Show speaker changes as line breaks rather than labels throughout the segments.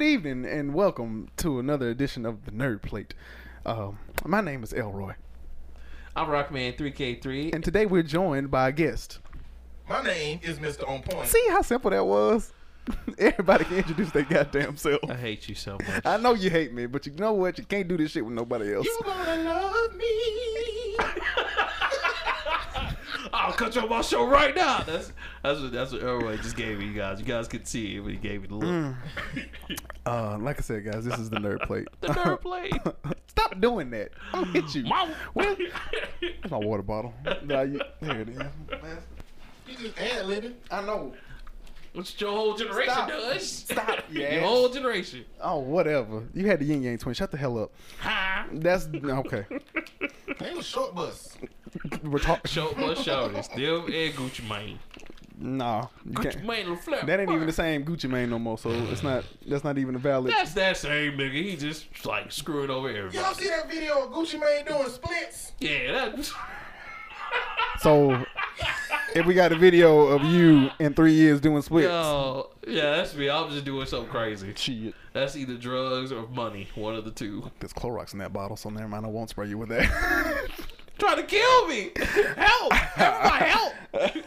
evening and welcome to another edition of the Nerd Plate. Um, my name is Elroy,
I'm Rockman 3K3.
and today we're joined by a guest.
My name is Mr. On Point.
See how simple that was? Everybody can introduce their goddamn self.
I hate you so much.
I know you hate me, but you know what? You can't do this shit with nobody else.
You gonna love me.
I'll cut you off my show right now. That's that's what that's what Elroy just gave me, you guys. You guys could see it when he gave me the look.
Mm. Uh, like I said, guys, this is the Nerd Plate.
The nerd plate.
Stop doing that. I'm gonna hit you.
My,
Where- My water bottle. Nah, you- There it is. Man,
You just ad libbing.
I know.
What your whole generation
Stop.
does?
Stop, you
your
ass.
whole generation.
Oh, whatever. You had the yin yang twin. Shut the hell up.
Ha!
That's okay.
They was short bus.
We're talking.
Show my shoulders. Them and Gucci Mane.
Nah, you
Gucci
can't.
Mane LaFleur.
That ain't even the same Gucci Mane no more. So it's not. That's not even a valid.
That's that same nigga. He just like screwing over
Y'all
everybody.
see that video of Gucci Mane doing splits?
Yeah, that's
So if we got a video of you in three years doing splits,
yo. Yeah, that's me. I'm just doing something crazy.
shit.
That's either drugs or money. One of the two.
There's Clorox in that bottle, so never mind. I won't spray you with that.
Trying to kill me. Help! Everybody help!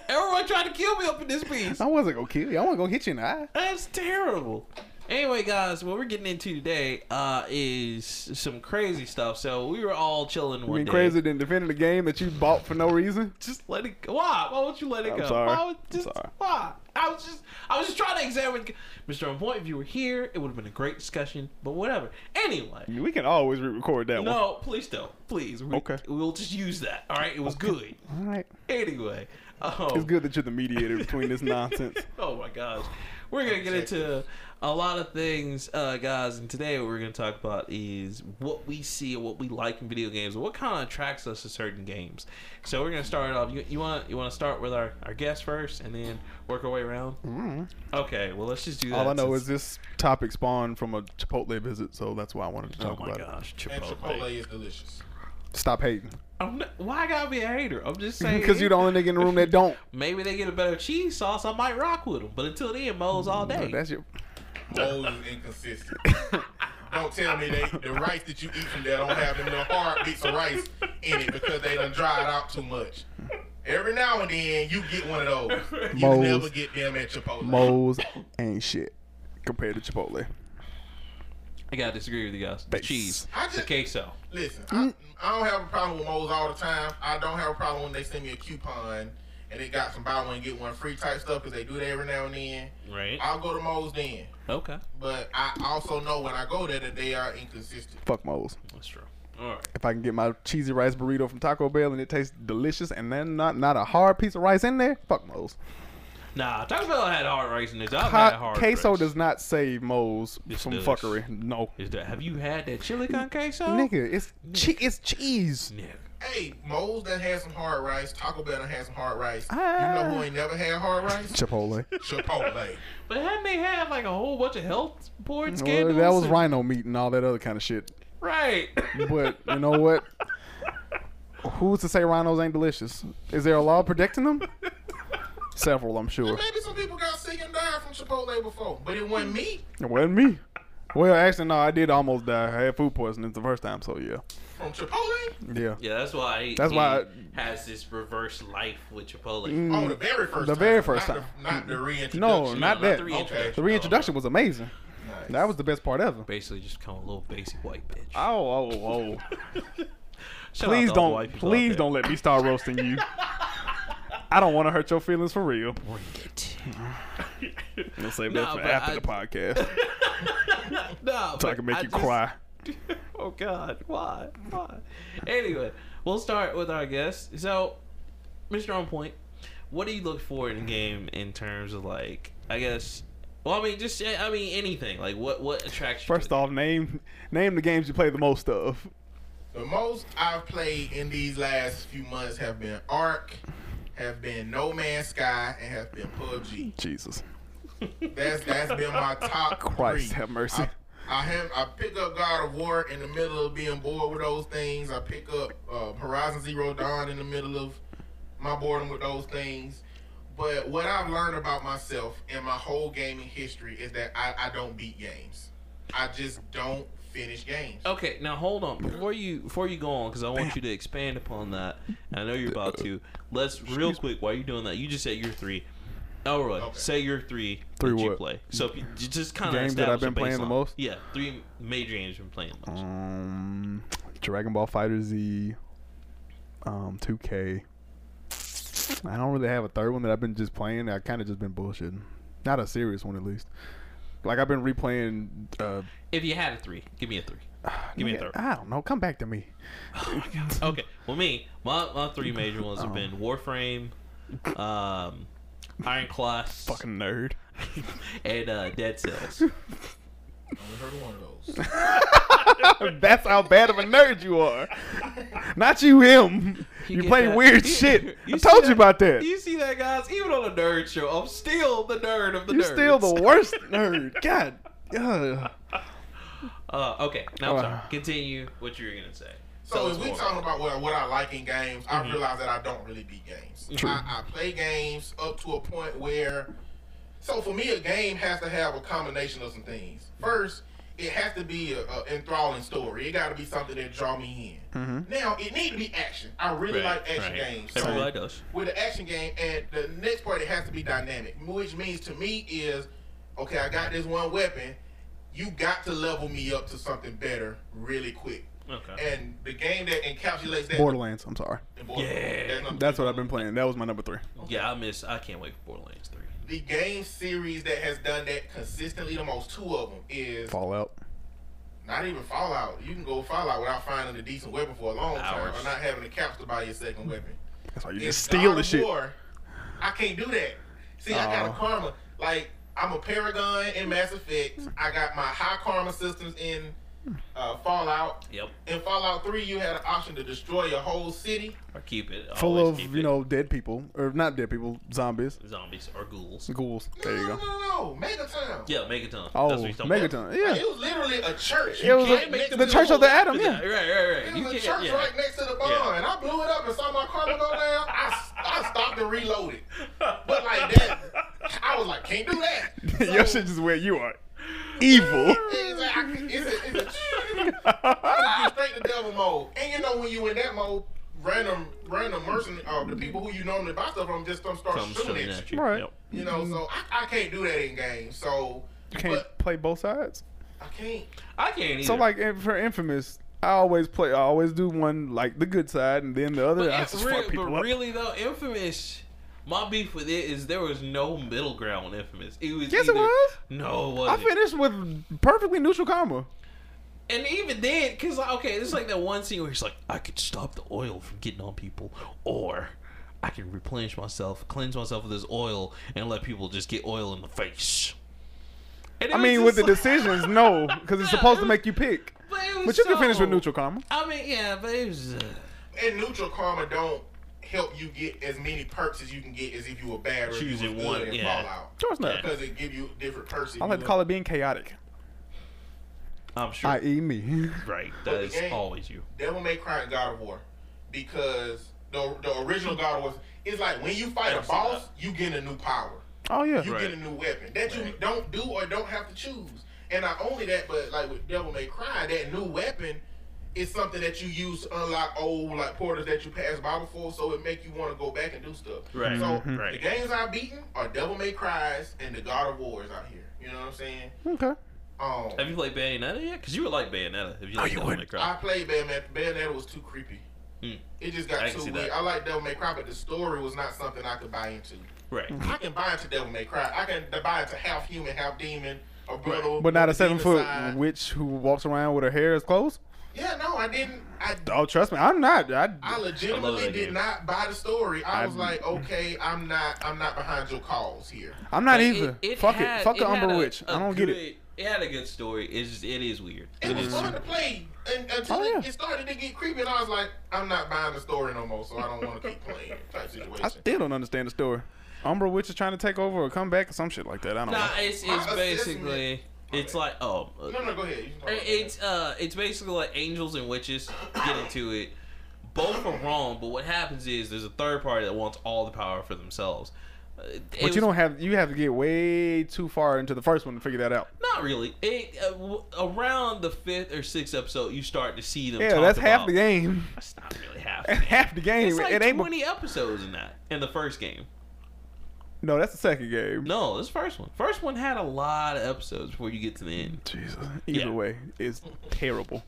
Everyone trying to kill me up in this piece.
I wasn't gonna kill you. I wasn't gonna hit you in the eye.
That's terrible. Anyway, guys, what we're getting into today uh, is some crazy stuff. So we were all chilling
You
one
mean
day.
crazier than defending the game that you bought for no reason?
Just let it go. Why? Why won't you let it
I'm
go?
sorry.
Why would
I'm
just
sorry.
why? I was just I was just trying to examine Mr. On Point. If you were here, it would have been a great discussion. But whatever. Anyway.
We can always re-record that
No, please don't. Please. We,
Okay.
We'll just use that. All right. It was good.
one. All right.
Anyway. Um,
It's good that you're the mediator between this nonsense.
oh my gosh. We're going to get into a lot of things, uh, guys. And today, what we're going to talk about is what we see and what we like in video games and what kind of attracts us to certain games. So, we're going to start off. You, you want you want to start with our, our guest first and then work our way around?
Mm.
Okay. Well, let's just do that.
All I know
since-
is this topic spawned from a Chipotle visit, so that's why I wanted to
Oh
talk
my
about
gosh.
And
Chipotle.
Chipotle is delicious.
Stop hating.
I'm not, why I gotta be a hater? I'm just saying.
Because you're the only nigga in the room that don't.
Maybe they get a better cheese sauce. I might rock with them. But until then, Mo's all
Mm,
day.
That's your.
Moles is inconsistent. don't tell me they the rice that you eat from there don't have them little hard bits of rice in it because they done dried out too much. Every now and then you get one of those. You
Moles.
never get them at Chipotle.
Moles ain't shit compared to Chipotle.
I gotta disagree with you guys. The
Base.
cheese,
I
the
just-
queso.
Listen, I, I don't have a problem with moles all the time. I don't have a problem when they send me a coupon and it got some buy one get one free type stuff because they do that every now and then.
Right.
I'll go to moles then,
Okay.
but I also know when I go there that they are inconsistent.
Fuck Moles.
That's true. All right.
If I can get my cheesy rice burrito from Taco Bell and it tastes delicious and then not not a hard piece of rice in there, fuck Moles.
Nah, Taco Bell had hard rice in this. I've
Hot
had hard
queso
rice.
does not save Moles
Yes,
from
it does.
fuckery. No.
Is that, have you had that chili con queso?
Nigga, it's che- it's cheese.
Nigga.
Hey, moles that has some hard rice, Taco Bell that has some hard rice.
Ah.
You know who ain't never had hard rice?
Chipotle.
Chipotle.
But hadn't they had like a whole bunch of health board
Well,
scandals?
that was
and-
rhino meat and all that other kind of shit.
Right.
But you know what? Who's to say rhinos ain't delicious? Is there a law protecting them? Several, I'm sure.
Maybe some people got sick and died from Chipotle before, but it wasn't me.
It wasn't me. Well, actually, no, I did almost die. I had food poisoning the first time, so yeah,
From Chipotle?
yeah.
yeah, that's why. He,
That's why Mm.
he has this reverse life with Chipotle.
Oh, the very first
The
time.
very first
not
time.
The, not the reintroduction.
No, not
the
that.
reintroduction.
The reintroduction was amazing.
Nice.
That was the best part ever.
Basically, just become a little basic white bitch.
Oh, oh, oh!
Shout out
Please
to all the white
don't,
people out
please
there.
don't let me start roasting you. I don't want to hurt your feelings for real.
Bring it.
We'll save
No,
that for
but
after
I-
the podcast,
no,
so I can make you cry.
oh God, why, why? Anyway, we'll start with our guest. So, Mr. On Point, what do you look for in a game in terms of like, I guess, well, I mean, just I mean anything. Like, what what attracts you?
First off, name name the games you play the most of.
The most I've played in these last few months have been Ark, have been No Man's Sky, and have been PUBG.
Jesus
That's that's been my top
Christ,
three.
have mercy.
I, I have I pick up God of War in the middle of being bored with those things. I pick up uh, Horizon Zero Dawn in the middle of my boredom with those things. But what I've learned about myself and my whole gaming history is that I, I don't beat games. I just don't finish games.
Okay, now hold on before you before you go on because I want you to expand upon that. And I know you're about to. Let's real quick while you're doing that. You just said your three. Elroy,
Okay.
say your three.
Three
that you
what?
play. So if you- j- just kind of
Games that I've been playing the most?
Yeah, three major games you've been playing the most.
Um, Dragon Ball Fighter Z, um, 2K. I don't really have a third one that I've been just playing. I kind of just been bullshitting. Not a serious one, at least. Like I've been replaying. Uh,
If you had a three, give me a three.
Oh
Give me a
nigga,
third.
I don't know. Come back to me.
Okay, well me, my, my three major ones have
Oh.
been Warframe, um, Iron Class,
Fucking nerd.
and uh, Dead Cells.
I only heard of one of those.
That's how bad of a nerd you are. Not you, him.
You
You,
get
play
that-
weird
you-
shit.
you
I
see
told
that-
you about that.
You see that, guys? Even on a nerd show, I'm still the nerd of the
You're
nerds.
still the worst nerd. God. Ugh.
Uh, okay, now I'm
Uh.
sorry. Continue what you were gonna say.
So if we
more. Mm-hmm.
talking about what, what I like in games, I realize that I don't really beat games.
True.
I, I play games up to a point where. So for me, a game has to have a combination of some things. First, it has to be a, a enthralling story. It got to be something that draw me in. Now it need to be action. I really
Right,
like action
right.
games. So
Everybody does.
with an action game, and the next part it has to be dynamic, which means to me is, okay, I got this one weapon. You got to level me up to something better really quick.
Okay.
And the game that encapsulates that
Borderlands. I'm sorry.
in Borderlands,
Yeah.
that's not-
That's what I've been playing. That was my number three.
Yeah, I miss. I can't wait for Borderlands three.
The game series that has done that consistently, the most two of them is
Fallout.
not even Fallout. You can go Fallout without finding a decent weapon for a long time,
Hours.
or not having a capsule by your second weapon.
That's why you
In
just steal
God
the
of
shit.
War, I can't do that. See, I got a
Oh.
karma. Like I'm a Paragon in Mass Effect. I got my high karma systems in uh, Fallout.
Yep.
In Fallout 3, you had an option to destroy your whole city.
Or keep it.
Full
always
of,
keep
you
it.
know, dead people. Or not dead people, zombies.
zombies or ghouls.
Ghouls. There
no,
you go.
No, no, no, Megaton.
Yeah, Megaton.
Oh,
That's what he's talking about.
Megaton. Yeah.
It was literally a church.
It was
You
a-
can't make
the
them
Church
do
of the
it.
Adam. Yeah.
Yeah, right, right,
It
right.
was
You
a
can't.
church
Yeah.
right next to the barn.
Yeah.
I blew it up and saw my karma go down. I, I stopped and reloaded. But like that, I was like, can't do that.
Your shit is where you are. Evil.
It's like, I, can- it's a, it's a, it's straight to devil mode. And you know when you in that mode, random random mercenary, uh, the people who you normally buy stuff from just don't start
Comes
shooting
shooting
at
at
you.
you.
Right.
Yep.
You know, so I, I can't do that in games. So
You can't
but
play both sides.
I can't.
I can't either.
So, like, in- for Infamous, I always play, I always do one, like, the good side, and then the other,
But,
I
yeah,
just
real-
fuck people
but
up.
really though, Infamous. My beef with it is there was no middle ground with Infamous. It was
Yes, it
either-
was.
No, it
I
wasn't.
finished with perfectly neutral karma.
And even then, cause like, okay, it's like that one scene where he's like, I could stop the oil from getting on people, or I can replenish myself, cleanse myself of this oil, and let people just get oil in the face. And it
I
was
mean, with the
just like-
decisions, no, because it's
Yeah,
supposed to
it was-
make you pick.
But, it was
But you can finish with
so-
neutral karma.
I mean, yeah, but it was. Uh,
And neutral karma don't help you get as many perks as you can get as if you were bad or if
Choosing
you was
one,
good in
yeah.
Fallout.
Of course not.
Because it give you different perks. if
I
you
like to
were-
call it being chaotic,
I'm sure.
i.e., E me.
right.
But
That
the
is
game-
always you.
Devil May Cry and God of War because the the original God of War is like when you fight a
I've seen
boss, you get a new power,
Oh, yeah.
you
Right.
get a new weapon that you
Right.
don't do or don't have to choose. And not only that, but like with Devil May Cry, that new weapon is something that you use to unlock old like portals that you passed by before, so it make you want to go back and do stuff.
Right,
So
right.
the games I've beaten are Devil May Cries and the God of Wars out here. You know what I'm saying?
Okay.
Um,
Have you played Bayonetta yet? Because you would like Bayonetta if you like
Oh, you
Devil May
wouldn't.
Cry.
I played Bayonetta. Bayonetta was too creepy.
Mm.
It just
I
got
can
too
see
weird.
that.
I like Devil May Cry, but the story was not something I could buy into.
Right.
Mm.
I can buy into Devil May Cry. I can buy into half human, half demon, a brother.
But not a
with the
seven
demon
foot
side.
witch who walks around with her hair as clothes?
Yeah, no, I didn't. I,
Oh, trust me, I'm not. I,
I
I love
legitimately
that
did
game.
not buy the story. I was
I'm-
like, okay, I'm not, I'm not behind your calls here.
I'm not
Like,
either. Fuck
had-
it. Fuck the
had
Umber
a-
Witch.
a
I don't get it.
good- It had a good story. It's just, it is weird.
It
It
was
is-
fun to play and, until
Mm-hmm. Oh,
it-
yeah.
it started to get creepy, and I was like, I'm not buying the story no more, so I don't want to keep playing. Type
I
situation.
still don't understand the story. Umbra Witch is trying to take over or come back or some shit like that. I don't
Nah,
know.
it's
My
it's
assessment-
basically it's like oh, uh,
No, no, go ahead. You can talk about that.
it's uh, it's basically like angels and witches get into it. Both are wrong, but what happens is there's a third party that wants all the power for themselves. Uh,
But you don't have you have to get way too far into the first one to figure that out.
Not really. It, uh, w- around the fifth or sixth episode, you start to see them.
Yeah,
talk
that's half
about-
the game.
That's not really half.
half the game.
It's like
it ain't.
twenty episodes in that in the first game.
no, that's the second game.
No, this first one. First one had a lot of episodes before you get to the end.
Jesus. Either
Yeah.
way, it's terrible.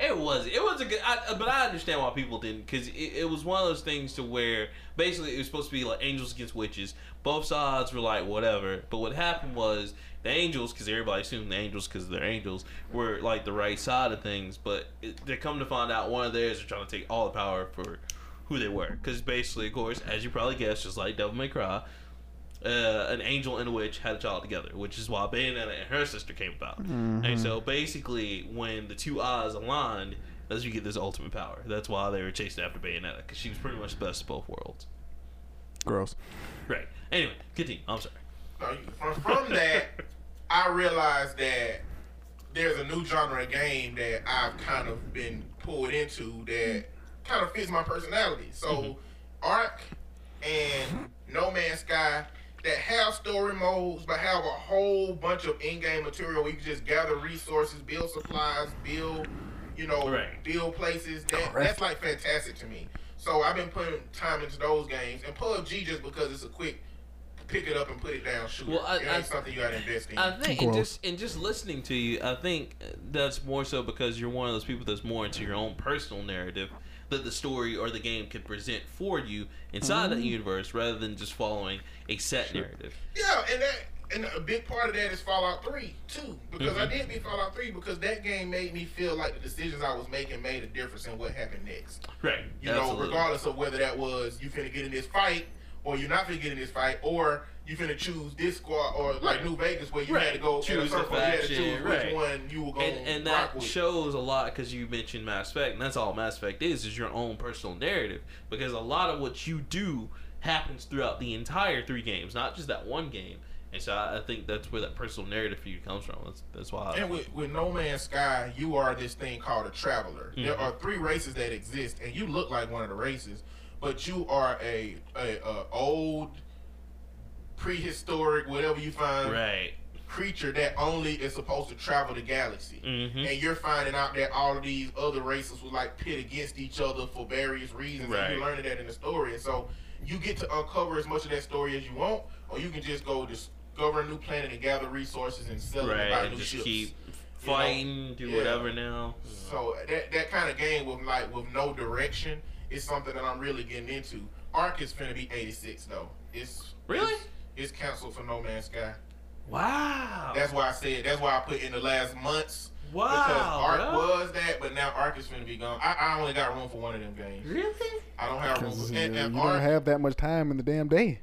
It was. It was a good. I, but I understand why people didn't because it, it was one of those things to where basically it was supposed to be like angels against witches. Both sides were like whatever. But what happened was the angels, because everybody assumed the angels because they're angels were like the right side of things. But it, they come to find out one of theirs are trying to take all the power for who they were. Because basically, of course, as you probably guessed, just like Devil May Cry, uh, an angel and a witch had a child together, which is why Bayonetta and her sister came about. And so basically, when the two eyes aligned, that's when you get this ultimate power. That's why they were chasing after Bayonetta, because she was pretty much the best of both worlds.
Gross.
Right. Anyway, continue. I'm sorry.
No, you- from, Uh, from that, I realized that there's a new genre of game that I've kind of been pulled into that kind of fits my personality. So, Ark and No Man's Sky that have story modes, but have a whole bunch of in-game material where you can just gather resources, build supplies, build, you know,
Right.
build places. That
Correct.
that's like fantastic to me. So I've been putting time into those games and PUBG just because it's a quick pick it up and put it down, shoot.
Well, I-
it ain't
I-
something you gotta invest in.
I think and
Gross.
just and just listening to you, I think that's more so because you're one of those people that's more into your own personal narrative that the story or the game could present for you inside that universe rather than just following a set narrative.
yeah, and that and a big part of that is Fallout Three too, because I
Mm-hmm.
did beat Fallout Three because that game made me feel like the decisions I was making made a difference in what happened next.
Right.
You know, regardless of whether that was you finna get in this fight or you're not finna get in this fight or you finna choose this squad or like
Right.
New Vegas where you
Right.
had to go in a
Choose the
circle, you had to
faction,
choose
right.
which one you were gonna
and, and
rock
that
with.
shows a lot because you mentioned Mass Effect, and that's all Mass Effect is is your own personal narrative. Because a lot of what you do happens throughout the entire three games, not just that one game. And so I, I think that's where that personal narrative for you comes from. That's that's why. I,
And with, with No Man's Sky, you are this thing called a traveler.
Mm-hmm.
There are three races that exist, and you look like one of the races, but you are a, a, a old, prehistoric, whatever you find,
right.
creature that only is supposed to travel the galaxy.
Mm-hmm.
And you're finding out that all of these other races were like pit against each other for various reasons, and
Right.
you're learning that in the story. And so you get to uncover as much of that story as you want, or you can just go discover a new planet and gather resources and sell it and buy
Right.
new
And just
uh, ships.
keep fighting, do
Yeah.
whatever now.
So that that kind of game with like with no direction is something that I'm really getting into. Ark is finna be 86 though. It's
Really?
It's, it's canceled for No Man's Sky.
Wow.
That's why I said. That's why I put in the last months because
Oh. wow.
Ark
bro.
was that, but now Ark is finna be gone. I, I only got room for one of them games.
Really?
I don't have room.
Because
For,
you,
and, and
you don't
Ark,
have that much time in the damn day.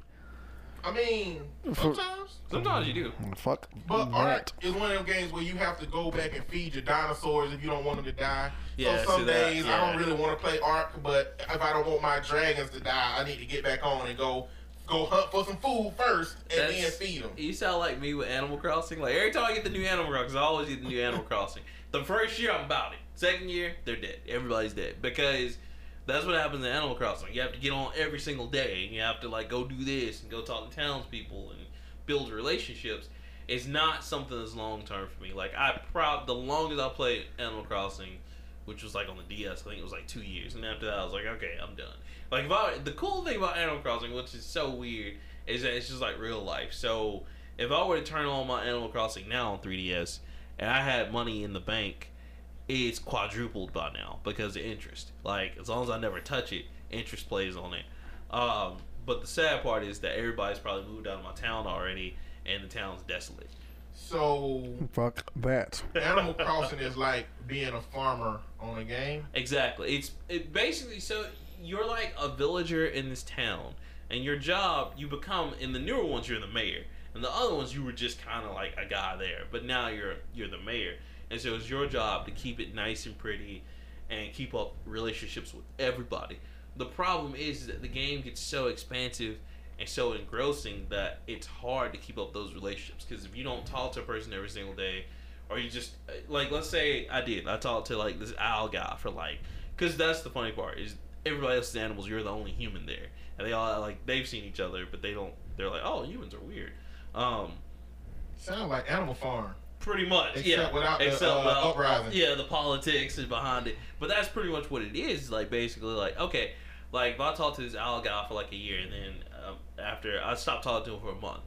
I mean,
For-
sometimes.
Sometimes you do.
Fuck
But
that.
Ark is one of them games where you have to go back and feed your dinosaurs if you don't want them to die.
Yeah,
so some
see that,
days
yeah.
I don't really want to play Ark, but if I don't want my dragons to die, I need to get back on and go go hunt for some food first and then
That's-
feed them.
You sound like me with Animal Crossing. Like every time I get the new Animal Crossing, I always get the new Animal Crossing. The first year I'm about it. Second year, they're dead. Everybody's dead because that's what happens in Animal Crossing. You have to get on every single day, and you have to like go do this and go talk to townspeople and build relationships. It's not something that's long term for me. Like I prob the longest I played Animal Crossing, which was like on the DS, I think it was like two years, and after that I was like, okay, I'm done. Like if I, the cool thing about Animal Crossing, which is so weird, is that it's just like real life. So if I were to turn on my Animal Crossing now on 3DS and I had money in the bank, it's quadrupled by now because of interest. Like as long as I never touch it, interest plays on it. Um, but the sad part is that everybody's probably moved out of my town already, and the town's desolate.
So
Fuck that.
Animal Crossing is like being a farmer on a game.
Exactly. It's it basically so you're like a villager in this town, and your job you become in the newer ones you're the mayor, and the other ones you were just kind of like a guy there, but now you're you're the mayor, and so it's your job to keep it nice and pretty, and keep up relationships with everybody. The problem is that the game gets so expansive and so engrossing that it's hard to keep up those relationships because if you don't talk to a person every single day or you just like let's say i did i talked to like this owl guy for like because that's the funny part is everybody else is animals you're the only human there and they all like they've seen each other, but they don't. They're like, oh, humans are weird. Um,
Sound like Animal Farm.
pretty much,
Except
yeah.
without the, uh,
without-
uprising.
Yeah, the politics is behind it, but that's pretty much what it is. Like basically, like okay, like if I talked to this owl guy for like a year, and then um, after I stopped talking to him for a month,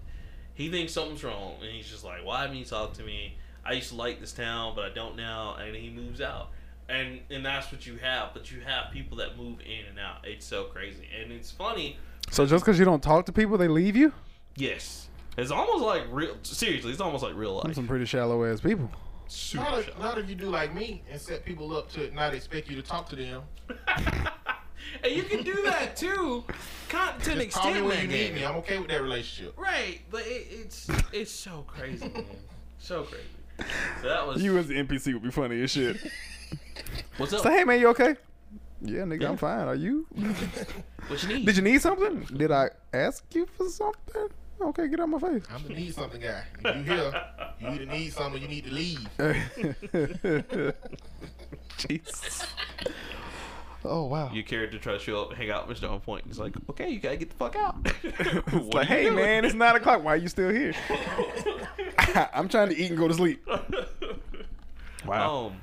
he thinks something's wrong, and he's just like, why haven't you talked to me? I used to like this town, but I don't now, and he moves out. And, and that's what you have, but you have people that move in and out. It's so crazy, and it's funny
So just because you don't talk to people, they leave you?
Yes. It's almost like real. Seriously, it's almost like real
I'm
life.
some pretty shallow ass people.
Super
Not if,
shock.
not if you do like me and set people up to not expect you to talk to them.
and you can do that too, con- to an
Just call me
extent.
when
Man,
you need me. I'm okay with that relationship.
Right, but it, it's it's so crazy, man. So crazy. So that was
You as the NPC would be funny as shit.
what's up?
Say, hey man, you okay? Yeah, nigga,
Yeah.
I'm fine. Are you?
What you need?
Did you need something? Did I ask you for something? Okay, get out my face.
I'm the need something guy. If you here, you either need something or you need to leave.
Jesus. Oh wow.
Your character tries to show up, and hang out, with Mr. On Point. He's like, okay, you gotta get the fuck out.
It's like, hey man, it's nine o'clock. Why are you still here? I'm trying to eat and go to sleep. Wow.
um.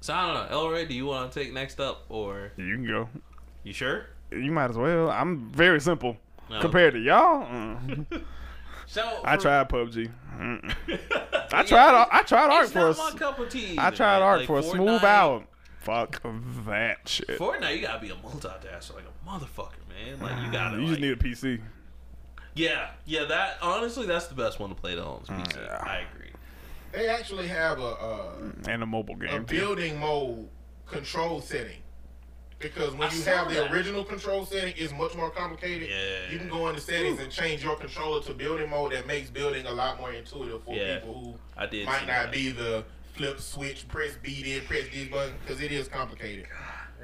So I don't know, Elroy. Do you want to take next up, or
You can go.
you sure?
You might as well. I'm very simple
No.
compared to y'all. mm.
So
I
Oh. for-
tried PUBG. Mm. I
Yeah,
tried. ar- I tried art
It's
for. a
not my
s-
cup of tea.
I
either,
tried
right?
art
Like
for a smooth
Fortnite-
hour. Fuck that shit.
Fortnite, you gotta be a multitasker like a motherfucker, man. Like you gotta.
Mm, You
like-
just need a PC.
yeah, yeah. That honestly, that's the best one to play to on is PC.
yeah.
I agree.
They actually have a uh,
and a mobile game.
a
too.
building mode control setting. Because when
I
you
saw
have the
that.
original control setting, it's much more complicated.
Yeah.
You can go into settings and change your controller to building mode that makes building a lot more intuitive for
Yeah.
people who
I did. see
might
that.
not be the flip switch, press B then press this button, because it is complicated.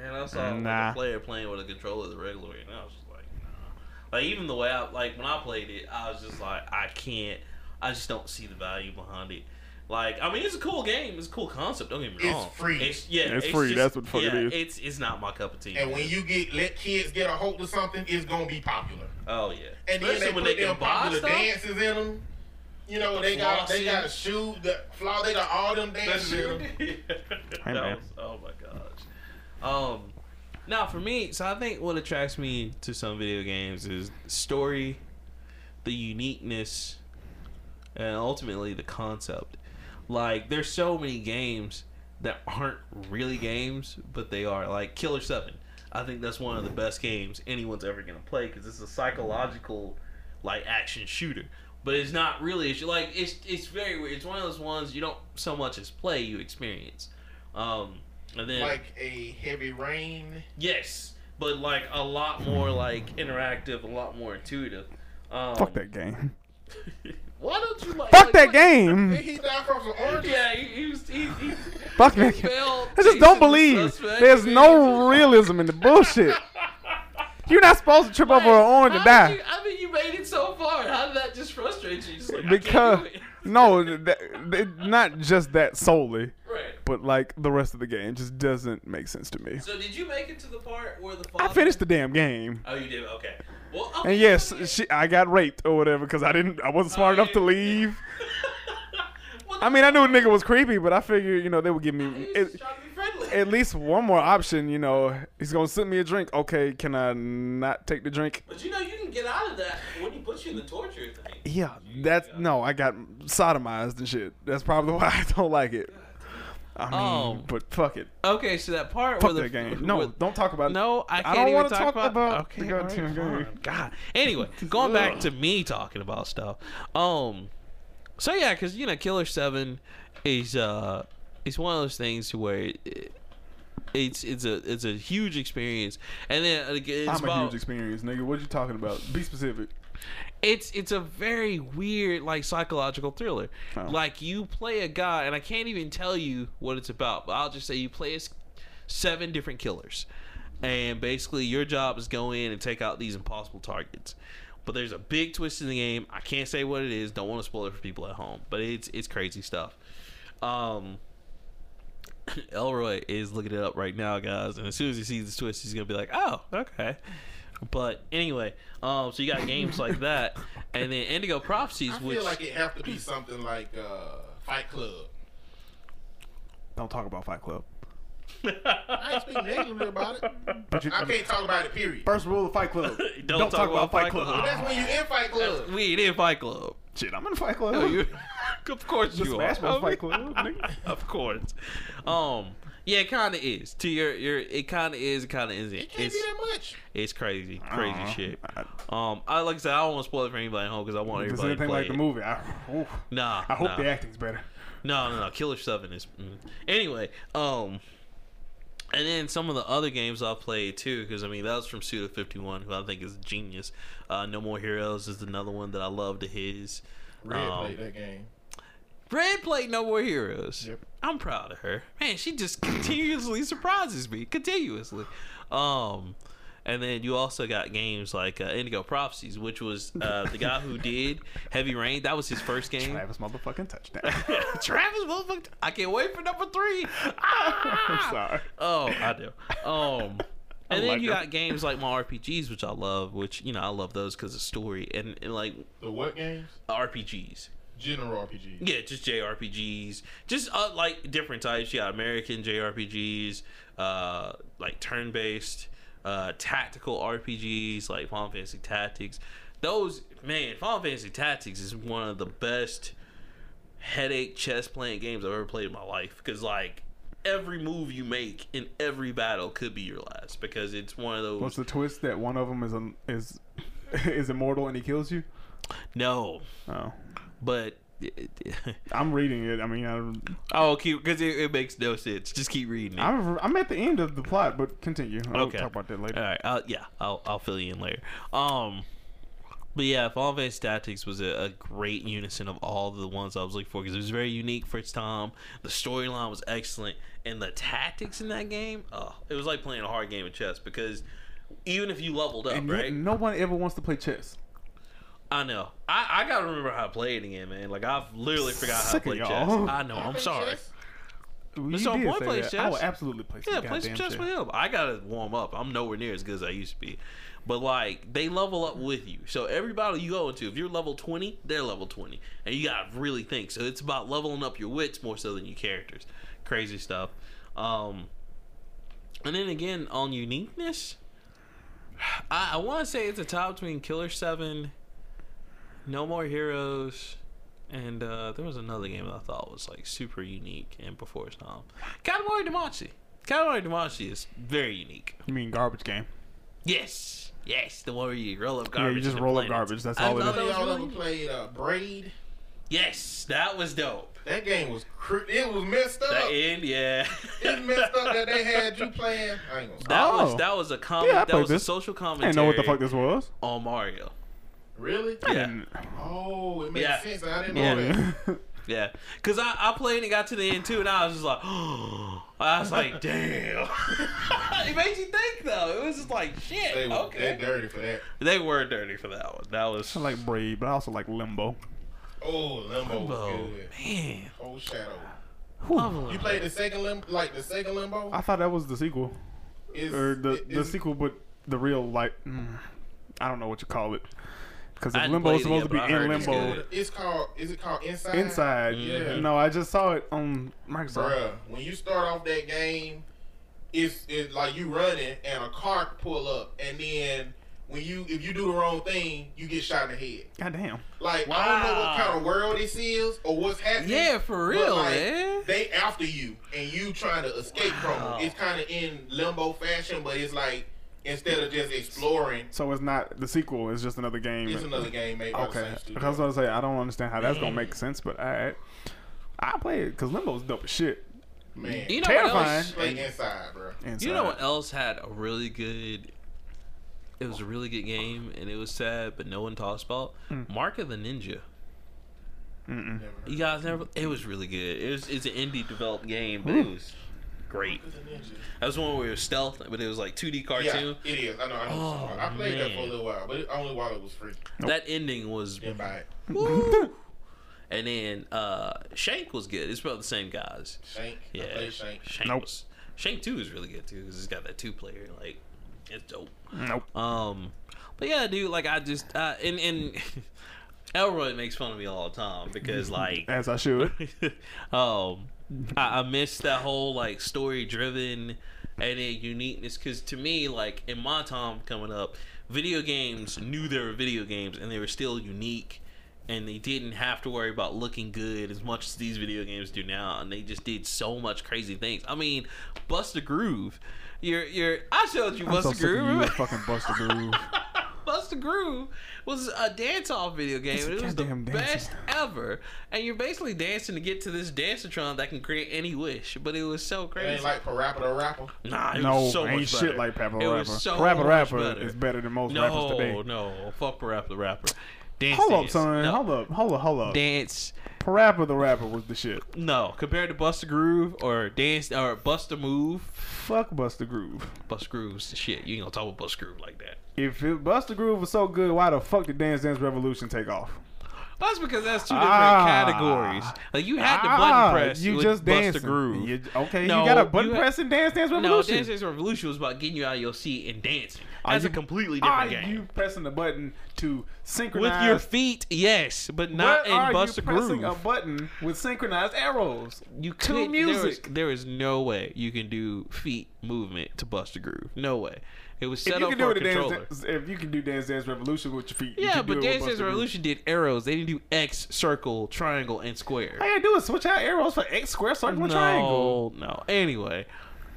And I saw like,
Nah.
a player playing with a controller the regular way, and I was just like, nah. Like even the way I like when I played it, I was just like, I can't. I just don't see the value behind it. Like, I mean, it's a cool game. It's a cool concept. Don't get me
It's
wrong.
free.
It's yeah.
It's free, that's what the fuck it
yeah,
is.
It's it's not my cup of tea.
And when you get let kids get a hold of something, it's gonna be popular.
oh yeah.
And
Especially
then they
when
put
they
them
can buy
popular
stuff.
dances in them. You know, they got they
Flossing.
got a shoe, the flaw, they got all them dances in them.
That
man.
was- oh my gosh. Um, now for me, so I think what attracts me to some video games is the story, the uniqueness, and ultimately the concept. Like there's so many games that aren't really games, but they are. Like Killer Seven, I think that's one of the best games anyone's ever gonna play because it's a psychological, like action shooter. But it's not really. It's like it's it's very weird. It's one of those ones you don't so much as play, you experience. Um, and then
Like a heavy rain.
yes, but like a lot more like interactive, a lot more intuitive. Um,
Fuck that game.
Why don't you like?
Fuck
like,
that
what-
Did
game.
he die from some oranges?
Yeah, he, he was. He, he,
Fuck that game. I just don't believe. There's no realism in the bullshit. You're not supposed to trip over an orange and die.
I mean, you made it so far. How did that just frustrate you? Just like, I can't
because
do it.
no, th- that, th- not just that solely,
Right.
but like the rest of the game just doesn't make sense to me.
So did you make it to the part where the father?
I finished the damn game,
Oh, you did. Okay. Well, okay,
and yes,
okay.
she, I got raped or whatever because I didn't, I wasn't smart
Oh,
enough to
yeah.
leave.
Well,
I mean, I knew a nigga was creepy, but I figured you know they would give me.
He was
It,
just trying to be friendly.
at least one more option, you know. He's gonna send me a drink. Okay, can I not take the drink?
But you know, you can get out of that when he puts you in the torture thing.
Yeah, that's no. I got sodomized and shit. That's probably why I don't like it. I mean,
Oh.
but fuck it,
Okay, so that part
fuck
where
that
the
game. No,
where-
don't talk about it.
no, I can't
don't
even
wanna
talk,
talk
about,
about
okay,
the
all right,
goddamn game.
fine. God. Anyway, going back to me talking about stuff. Um, so yeah, because you know, Killer Seven is uh, is one of those things where. It, it's it's a it's a huge experience, and then again, it's
I'm a
about
huge experience, nigga. What you talking about? Be specific.
it's it's a very weird like psychological thriller.
Oh.
Like you play a guy, and I can't even tell you what it's about, but I'll just say you play as seven different killers, and basically your job is go in and take out these impossible targets. But there's a big twist in the game. I can't say what it is. Don't want to spoil it for people at home, but it's it's crazy stuff. Um, Elroy is looking it up right now, guys, and as soon as he sees this twist, he's gonna be like, "Oh, okay." But anyway, um, so you got games like that, and then Indigo Prophecies,
I feel
which
like it have to be something like uh, Fight Club.
Don't talk about Fight Club.
I ain't speak negatively about it. I can't talk about it. Period.
First rule of Fight Club.
Don't talk about Fight Club.
That's when you in Fight Club.
we ain't in Fight Club.
Shit, I'm in Fight Club.
No, you, of course
the
you
Smash
are.
Bros. Fight Club. nigga.
of course. Um, yeah, it kind of is. To your your, it kind of is. It kind of isn't.
It can't
It's
be that much.
it's crazy, crazy
Uh-uh.
shit.
I-
Um, I like I said, I don't want to spoil it for anybody at home because I want
If it's
everybody to
anything
play
like the movie,
it.
I, oof.
Nah,
I hope
nah.
the acting's better.
No, no, no. Killer Seven is. Mm. Anyway, um, and then some of the other games I played too, because I mean that was from Suda Fifty One, who I think is a genius. Uh, no More Heroes is another one that I loved of his.
Red
Um,
played that game.
Red played No More Heroes.
Yep.
I'm proud of her. Man, she just continuously surprises me, continuously. Um, and then you also got games like uh, Indigo Prophecies, which was uh, the guy who did Heavy Rain. That was his first game.
Travis motherfucking touchdown.
Travis, motherfucker! I can't wait for number three.
I'm
Ah!
sorry.
Oh, I do. Um,
I
and then
like
you
them.
got games like my RPGs, which I love. Which you know, I love those because of story and, and like
The what games?
RPGs.
General RPG.
Yeah, just JRPGs, just uh, like different types. You got American JRPGs, uh, like turn-based, uh, tactical RPGs, like Final Fantasy Tactics. Those man, Final Fantasy Tactics is one of the best headache chess playing games I've ever played in my life because like every move you make in every battle could be your last because it's one of those.
What's the twist that one of them is um, is is immortal and he kills you?
no,
Oh,
but.
I'm reading it. I mean, I,
oh, keep because it, it makes no sense. Just keep reading it.
I'm I'm at the end of the plot, but continue. I'll
Okay. Uh,
talk about that later.
All right. I'll, yeah, I'll I'll fill you in later. Um, but yeah, Final Fantasy Tactics was a, a great unison of all the ones I was looking for because it was very unique for its time. The storyline was excellent, and the tactics in that game, oh, it was like playing a hard game of chess because even if you leveled up,
and yet
right?
no one ever wants to play chess.
I know. I, I gotta remember how to play it again, man. Like I've literally forgot how to
Sick of
play chess.
y'all.
I know. I'm sorry.
You
so
did
one
say
plays
that. I will
chess.
absolutely play some
Yeah, play
goddamn
some chess with him. I gotta warm up. I'm nowhere near as good as I used to be. But like they level up with you. So every battle you go into, if you're level twenty, they're level twenty. And you gotta really think. So it's about leveling up your wits more so than your characters. Crazy stuff. Um and then again on uniqueness, I, I wanna say it's a tie between Killer Seven, No More Heroes, and uh, there was another game that I thought was like super unique and before its time. Katamari Damacy. Katamari Damacy is very unique.
You mean garbage game?
Yes, yes, the one where you roll up
Yeah, you
garbage.
just
into
roll up
planets.
garbage, that's
I
all it
thought
is.
that
None of
was
y'all
really-
ever played uh, Braid?
Yes, that was dope.
That game was cr- it was messed up.
That end, yeah.
It's Oh. messed up that they had you playing. I ain't gonna stop.
That
Oh.
was that was a comment.
Yeah, I
that
played
was a
this.
social
I
commentary.
didn't know what the fuck this was.
on Mario.
Really?
I
Yeah.
didn't-
Oh, it makes
Yeah.
sense. I didn't know that.
oh, Yeah.
Yeah, cause I, I played and got to the end too, and I was just like, I was like, damn. it makes you think though. It was just like, shit.
They were
okay.
that dirty for that.
They were dirty for that one. That was
I like Braid, but I also like Limbo.
Oh, Limbo was
oh,
good.
man.
Oh, Shadow.
Lovely.
You played the second limbo, like the second limbo.
I thought that was the sequel,
Is
or the
it-
the
is-
sequel, but the real like mm, I don't know what you call it, because
I
if
didn't
Limbo
play
is
it
supposed
yet,
to be
but I
in
heard it's Mm-hmm.
Limbo
good.
It's called. Is it called Inside?
inside.
Yeah.
No, I just saw it on Microsoft.
Bruh, when you start off that game, it's it's like you running and a car pull up, and then when you if you do the wrong thing, you get shot in the head.
God damn.
Like I don't know
Wow.
what kind of world this is or what's happening.
Yeah, for
but,
real,
like,
man.
They after you and you trying to escape
Wow.
from them. It's kind of in limbo fashion, but it's like instead of just exploring,
So it's not the sequel. It's just another game.
it's another game made by the
Okay,
same
because I was
studio.
gonna say I don't understand how that's
Mm-hmm.
gonna make sense, but all right, I play it because Limbo's dope as shit.
Man,
You know what
Terrifying.
else?
play inside, bro.
You know
Inside.
what else had a really good? It was a really good game, and it was sad, but no one talks about
Hmm.
Mark of the Ninja.
Mm-mm.
Never heard
You guys never. It was really good. It was. It's an indie developed game, but it
Hmm.
was great.
of the ninja.
That was one where it was stealth, but it was like 2D cartoon.
Yeah, it is. I know. I, know what you're talking about. I
Oh,
played that for a
man.
little while, but it, only while it was free.
That ending was.
Then buy it.
Woo! and then uh, Shank was good. It's about the same guys.
Shank. I
Yeah,
played Shank.
Shank.
Nope.
Was, Shank Two is really good too because it's got that two player like It's dope.
Nope.
Um, but yeah, dude, like I just uh, and and Elroy makes fun of me all the time because like,
As I should.
um, I, I miss that whole like story driven and a uniqueness because to me, like in my time coming up, video games knew they were video games and they were still unique. And they didn't have to worry about looking good as much as these video games do now, and they just did so much crazy things. I mean, Buster Groove, you're you're I showed you
I'm so
Buster
sick
Groove.
of you and fucking Buster Groove.
Buster Groove was a dance off video game.
It's a
and It was the
goddamn dancer.
best ever. And you're basically dancing to get to this Dancertron that can create any wish. But it was so
It ain't
crazy.
like Parappa the Rapper.
nah, it
no,
was so
ain't
much
shit
better.
like Parappa
It
the Rapper.
was so
Parappa
much
the Rapper
better.
is better than most rappers
No,
today.
no, fuck Parappa the Rapper. Dance
Hold up,
dance.
son.
No,
Hold up. Hold up. Hold up.
Dance,
Parappa the Rapper was the shit.
no. Compared to Buster Groove or Dance or Buster Move,
Fuck Buster Groove.
Buster Groove's the shit. You ain't gonna talk about Buster Groove like that.
If it, Buster Groove was so good, why the fuck did Dance Dance Revolution take off?
That's because that's two different
Ah.
categories. Like you had the button
Ah,
press.
You
with
just
Buster
dancing.
Groove.
You- okay,
No,
you got a button
you ha-
press and Dance Dance
No,
Revolution.
Dance Dance Revolution was about getting you out of your seat and dancing.
Are
That's
you-
a completely
Are
different game.
you pressing the button to synchronize?
With your feet, yes, but not
Where are
in Buster
you pressing
Groove.
a button with synchronized arrows?
you
to
couldn't- There is,
music?
there is no way you can do feet movement to Buster Groove. No way. It was set
If you
up
can
for
do
a
it, in
controller.
Dance, Dance, if you can do Dance Dance Revolution with your feet, you
yeah,
can do
but
it with
Dance
Buster
Dance
Groove.
Revolution did arrows. They didn't do X, circle, triangle, and square.
All you gotta do is switch out arrows for X square, circle, and
no,
triangle.
No. Anyway,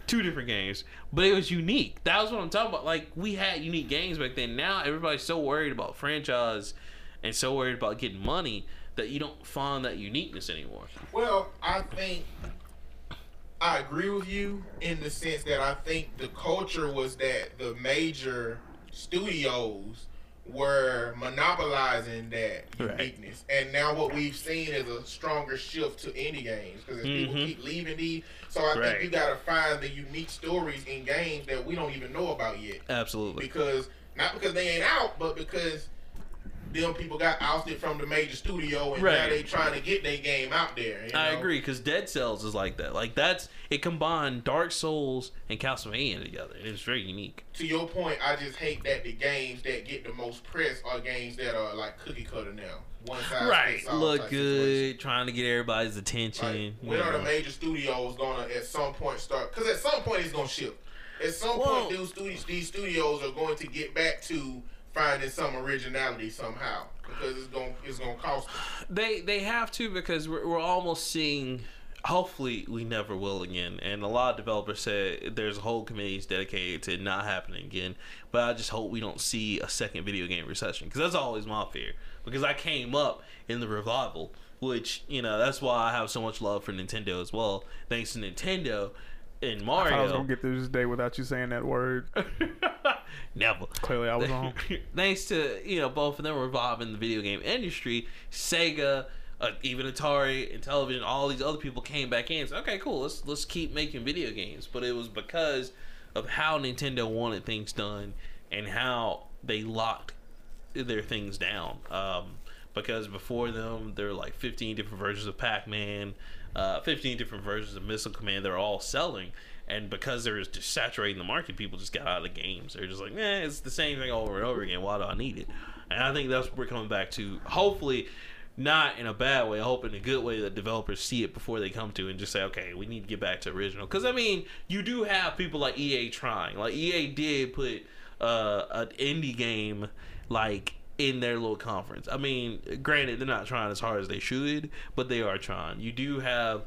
two different games, but it was unique. That was what I'm talking about. Like we had unique games back then. Now everybody's so worried about franchise and so worried about getting money that you don't find that uniqueness anymore.
Well, I think I agree with you in the sense that I think the culture was that the major studios were monopolizing that
Right.
uniqueness, and now what we've seen is a stronger shift to indie games because people
Mhm.
keep leaving these. So I
Right.
think you gotta find the unique stories in games that we don't even know about yet
Absolutely.
because not because they ain't out, but because them people got ousted from the major studio and now
Right.
they trying to get their game out there. you
I
know?
agree because Dead Cells is like that. Like that's it combined Dark Souls and Castlevania together. It was very unique.
To your point, I just hate that the games that get the most press are games that are like cookie cutter now. One size fits all
Look
type situation.
good, trying to get everybody's
Like,
attention. you
when are the
know.
major studios gonna at some point start? Because at some point it's gonna shift. At some
Well-
point, these studios, these studios are going to get back to finding some originality somehow because it's gonna it's gonna cost. them.
they they have to because we're, we're almost seeing hopefully we never will again and a lot of developers said there's whole committees dedicated to it not happening again but i just hope we don't see a second video game recession because that's always my fear because i came up in the revival which you know that's why i have so much love for nintendo as well thanks to nintendo and
I thought I was
mario
gonna get through this day without you saying that word.
never
Clearly, I was wrong.
Thanks to you know both of them reviving the video game industry, Sega, uh, even Atari and television, all these other people came back in. and said, okay, cool. Let's let's keep making video games, but it was because of how Nintendo wanted things done and how they locked their things down. Um, because before them, there were like 15 different versions of Pac Man, uh, 15 different versions of Missile Command. They're all selling. And because they was just saturating the market, people just got out of the games. They're just like, eh, it's the same thing over and over again. Why do I need it? And I think that's what we're coming back to. Hopefully, not in a bad way. I hope in a good way that developers see it before they come to it and just say, okay, we need to get back to original. Because, I mean, you do have people like EA trying. Like, EA did put uh, an indie game like in their little conference. I mean, granted, they're not trying as hard as they should, but they are trying. You do have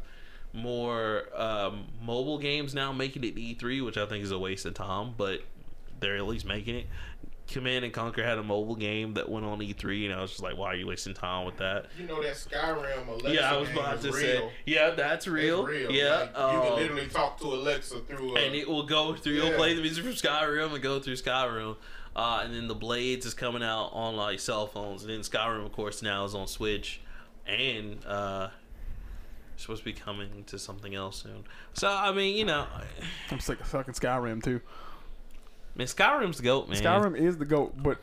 more um, mobile games now making it to E3, which I think is a waste of time, but they're at least making it. Command and Conquer had a mobile game that went on E3, and I was just like, why are you wasting time with that?
You know that Skyrim Alexa
yeah, I was
game
about
is
to
real.
say, yeah, that's
It's
real.
real.
Yeah,
Like, you can
um,
literally talk to Alexa through. A,
and it will go through. You'll
Yeah.
play the music from Skyrim and go through Skyrim. Uh, and then the Blades is coming out on like cell phones, and then Skyrim, of course, now is on Switch, and uh, it's supposed to be coming to something else soon. So I mean, you know,
I'm sick of fucking Skyrim too.
man, Skyrim's the goat, man.
Skyrim is the goat, but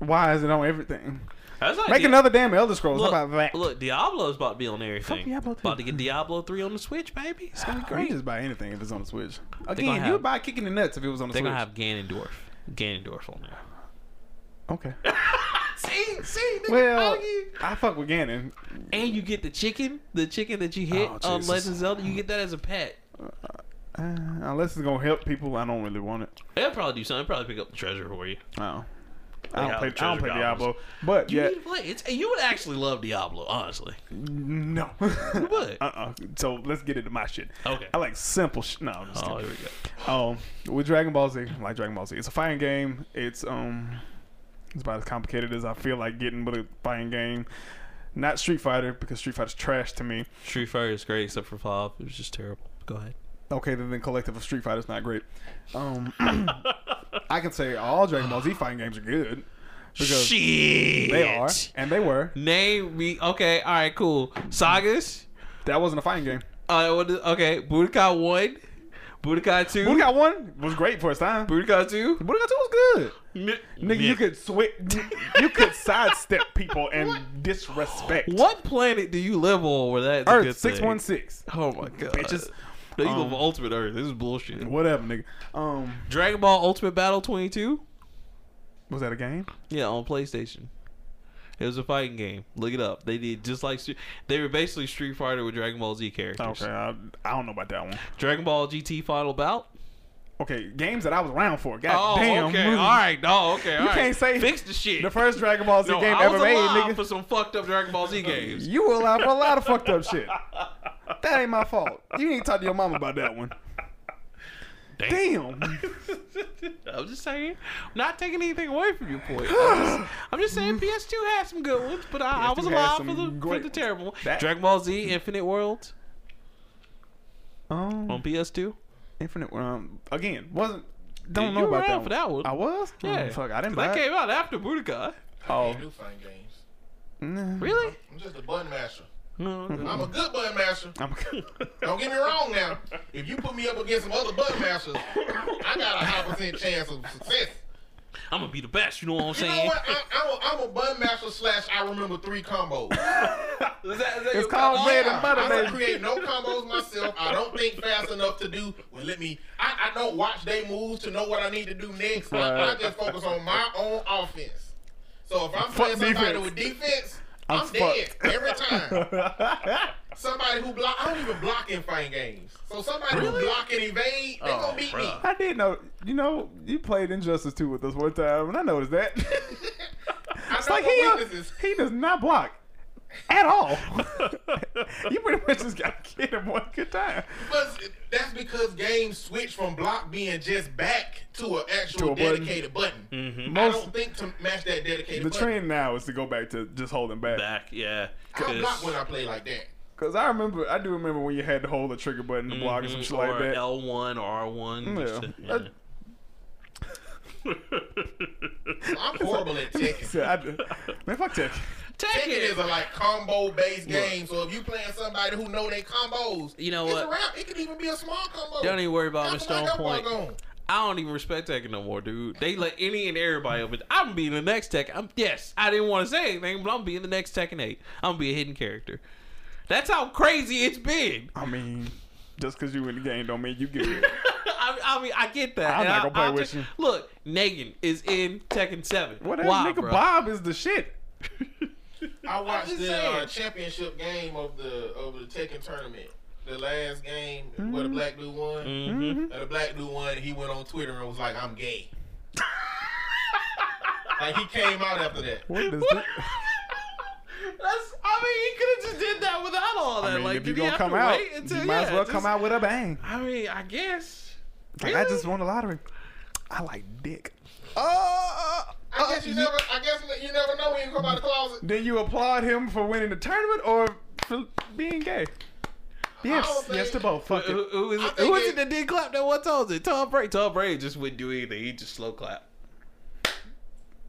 why is it on everything?
That's like
Make
Di-
another damn Elder Scrolls.
Look,
How about that?
look, Diablo's about to be on everything.
Diablo too.
about to get Diablo three on the Switch, baby. It's gonna be
You
great.
just buy anything if it's on the Switch.
gonna
Again, you
have-
would buy kicking the nuts if it was on the
They're
Switch.
gonna have Ganondorf. Ganondorf on there.
okay.
See, see, nigga,
Well,
how you-
I fuck with Ganon.
and you get the chicken, the chicken that you hit
Oh,
on
Jesus.
Legend of Zelda. You get that as a pet.
Uh, unless it's gonna help people, I don't really want it.
They'll probably do something. Probably pick up the treasure for you.
Oh. I
They
don't
have
play. I don't play
treasure
Diablo,
goblins.
but
You
yeah,
need to play. It's you would actually love Diablo, honestly.
no.
would.
Uh uh So let's get into my shit.
Okay.
I like simple shit. No, I'm just
Oh,
kidding.
here we go.
Um, with Dragon Ball Z, I like Dragon Ball Z, it's a fighting game. It's um, it's about as complicated as I feel like getting with a fighting game. Not Street Fighter because Street Fighter's trash to me.
Street Fighter is great except for five. It was just terrible. Go ahead.
Okay, then the collective of Street Fighter's not great. Um, I can say all Dragon Ball Z fighting games are good because
Shit.
they are and they were.
Name me. Okay. All right. Cool. Sagas.
That wasn't a fighting game.
Uh, what is, okay. Budokai one. Budokai two.
Budokai One was great for its time. Budokai
Budokai two.
Two was good.
Nigga,
Nigga, you could switch, you could sidestep people and disrespect.
What planet do you live on where that's a
Earth
good thing?
six one six.
Oh my god.
Bitches.
No, you
Um,
live on Ultimate Earth. This is bullshit.
Whatever, nigga. Um,
Dragon Ball Ultimate Battle 22?
was that a game?
Yeah, on PlayStation. It was a fighting game. Look it up. They did just like Stre- they were basically Street Fighter with Dragon Ball Z characters.
Okay, I, I don't know about that one.
Dragon Ball GT Final Bout.
Okay, games that I was around for. God
Oh,
damn.
okay. All right. No, okay. all right.
can't say-
fix the shit.
The first Dragon Ball Z
no,
game
I was
ever made,
alive
nigga.
for some fucked up Dragon Ball Z games.
You were allowed for a lot of fucked up shit. That ain't my fault. You need to talk to your mom about that one. Damn.
I'm just saying, I'm not taking anything away from your point. I'm
Um,
just, I'm just
Mm-hmm.
saying PS2 had some good ones, but I, I
PS2
was
had
alive
some
for the, for
great
the
ones.
terrible one.
That-
Dragon Ball Z Infinite Worlds on
Um,
PS2.
Infinite. Um, again, wasn't. Don't
You
know
were
about
around
that
for
one.
that one.
I was. Oh,
Yeah,
fuck, I didn't buy.
'Cause That
it.
came out after Budokai.
Oh,
do find games.
nah.
Really?
I'm just a button masher.
No.
I'm a good button masher.
I'm,
Don't get me wrong now. If you put me up against some other button mashers, I got a high percent chance of success.
I'm gonna be the best. You know what I'm
You
saying?
know what? I, I'm, a, I'm a button master slash I remember three combos.
Is that- is that
It's
your-
called
oh,
Bread
yeah.
and Butter,
I
baby.
don't create no combos myself. I don't think fast enough to do. Well, let me. I, I don't watch they moves to know what I need to do next. I, I
Right.
just focus on my own offense. So if I'm
Fuck
playing somebody
defense.
with defense,
I'm
I'm, dead
fucked.
every time. Somebody who block, I don't even block in fighting games. So somebody who block and evade, they
Oh,
gonna beat
bruh.
I did know. You know, you played Injustice 2 with us one time, and I noticed that.
me.
it's
I know
like
my
he uh,
weaknesses.
he does not block at all. you pretty much just got to get him one good time.
But that's because games switch from block being just back to an
To
actual
a button. Mm-hmm.
dedicated button. I
Most
don't think to match that dedicated
the
button.
trend now is to go back to just holding back.
Back, yeah.
I block
'Cause- mm,
when I play like that.
Because I remember, I do remember when you had to hold the trigger button to block or some shit like
Mm-hmm. or
that.
L1 or R1.
Yeah.
just-
That-
I'm horrible at Tekken.
So I, do- man, fuck that.
Take
Tekken
it.
is a like combo based game, so if you playing somebody who know they combos,
You know
it's
what?
Around. It could even be a small combo.
Don't even worry about
How
Mr.
come I
Stone
got
Point.
one gone?
I don't even respect Tekken no more, dude. They let any and everybody up. I'm gonna be the next Tekken. I'm, yes, I didn't want to say anything, but I'm being the next Tekken 8. I'm gonna be a hidden character. That's how crazy it's been.
I mean, just because you in the game don't mean you good.
I, I mean, I get that.
I'm
And
not
I-
gonna play
I'll
with
take-
you.
Look, Negan is in Tekken 7.
What that
Why,
nigga
bro?
Bob is the shit.
I
I'm
watched
just
the uh,
saying.
championship game of the of the Tekken tournament. The last game where the black dude won.
Mhm.
Uh, the black dude won. He went on Twitter and was like, "I'm gay." like he came out after that.
What does
What?
this?
That's. I mean, he could have just did that without all that.
I mean,
like,
if you're
did he
gonna
have
come
to
out,
wait
you
until,
might as
yeah,
well
just-
come out with a bang.
I mean, I guess.
Like, I
Really?
just won the lottery. I like dick. Uh,
I guess you never. I guess you never know when you come out of the closet.
Then you applaud him for winning the tournament or for being gay?
Oh,
Yes,
think-
yes to both.
Who,
Fuck
who,
it.
who was,
I
it,
think
who was
it-
it that did clap that one time? Was it Tom Brady? Tom Brady just wouldn't do anything. He just slow clap.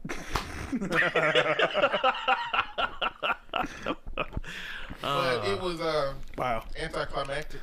But it was uh,
Wow.
uh, anticlimactic.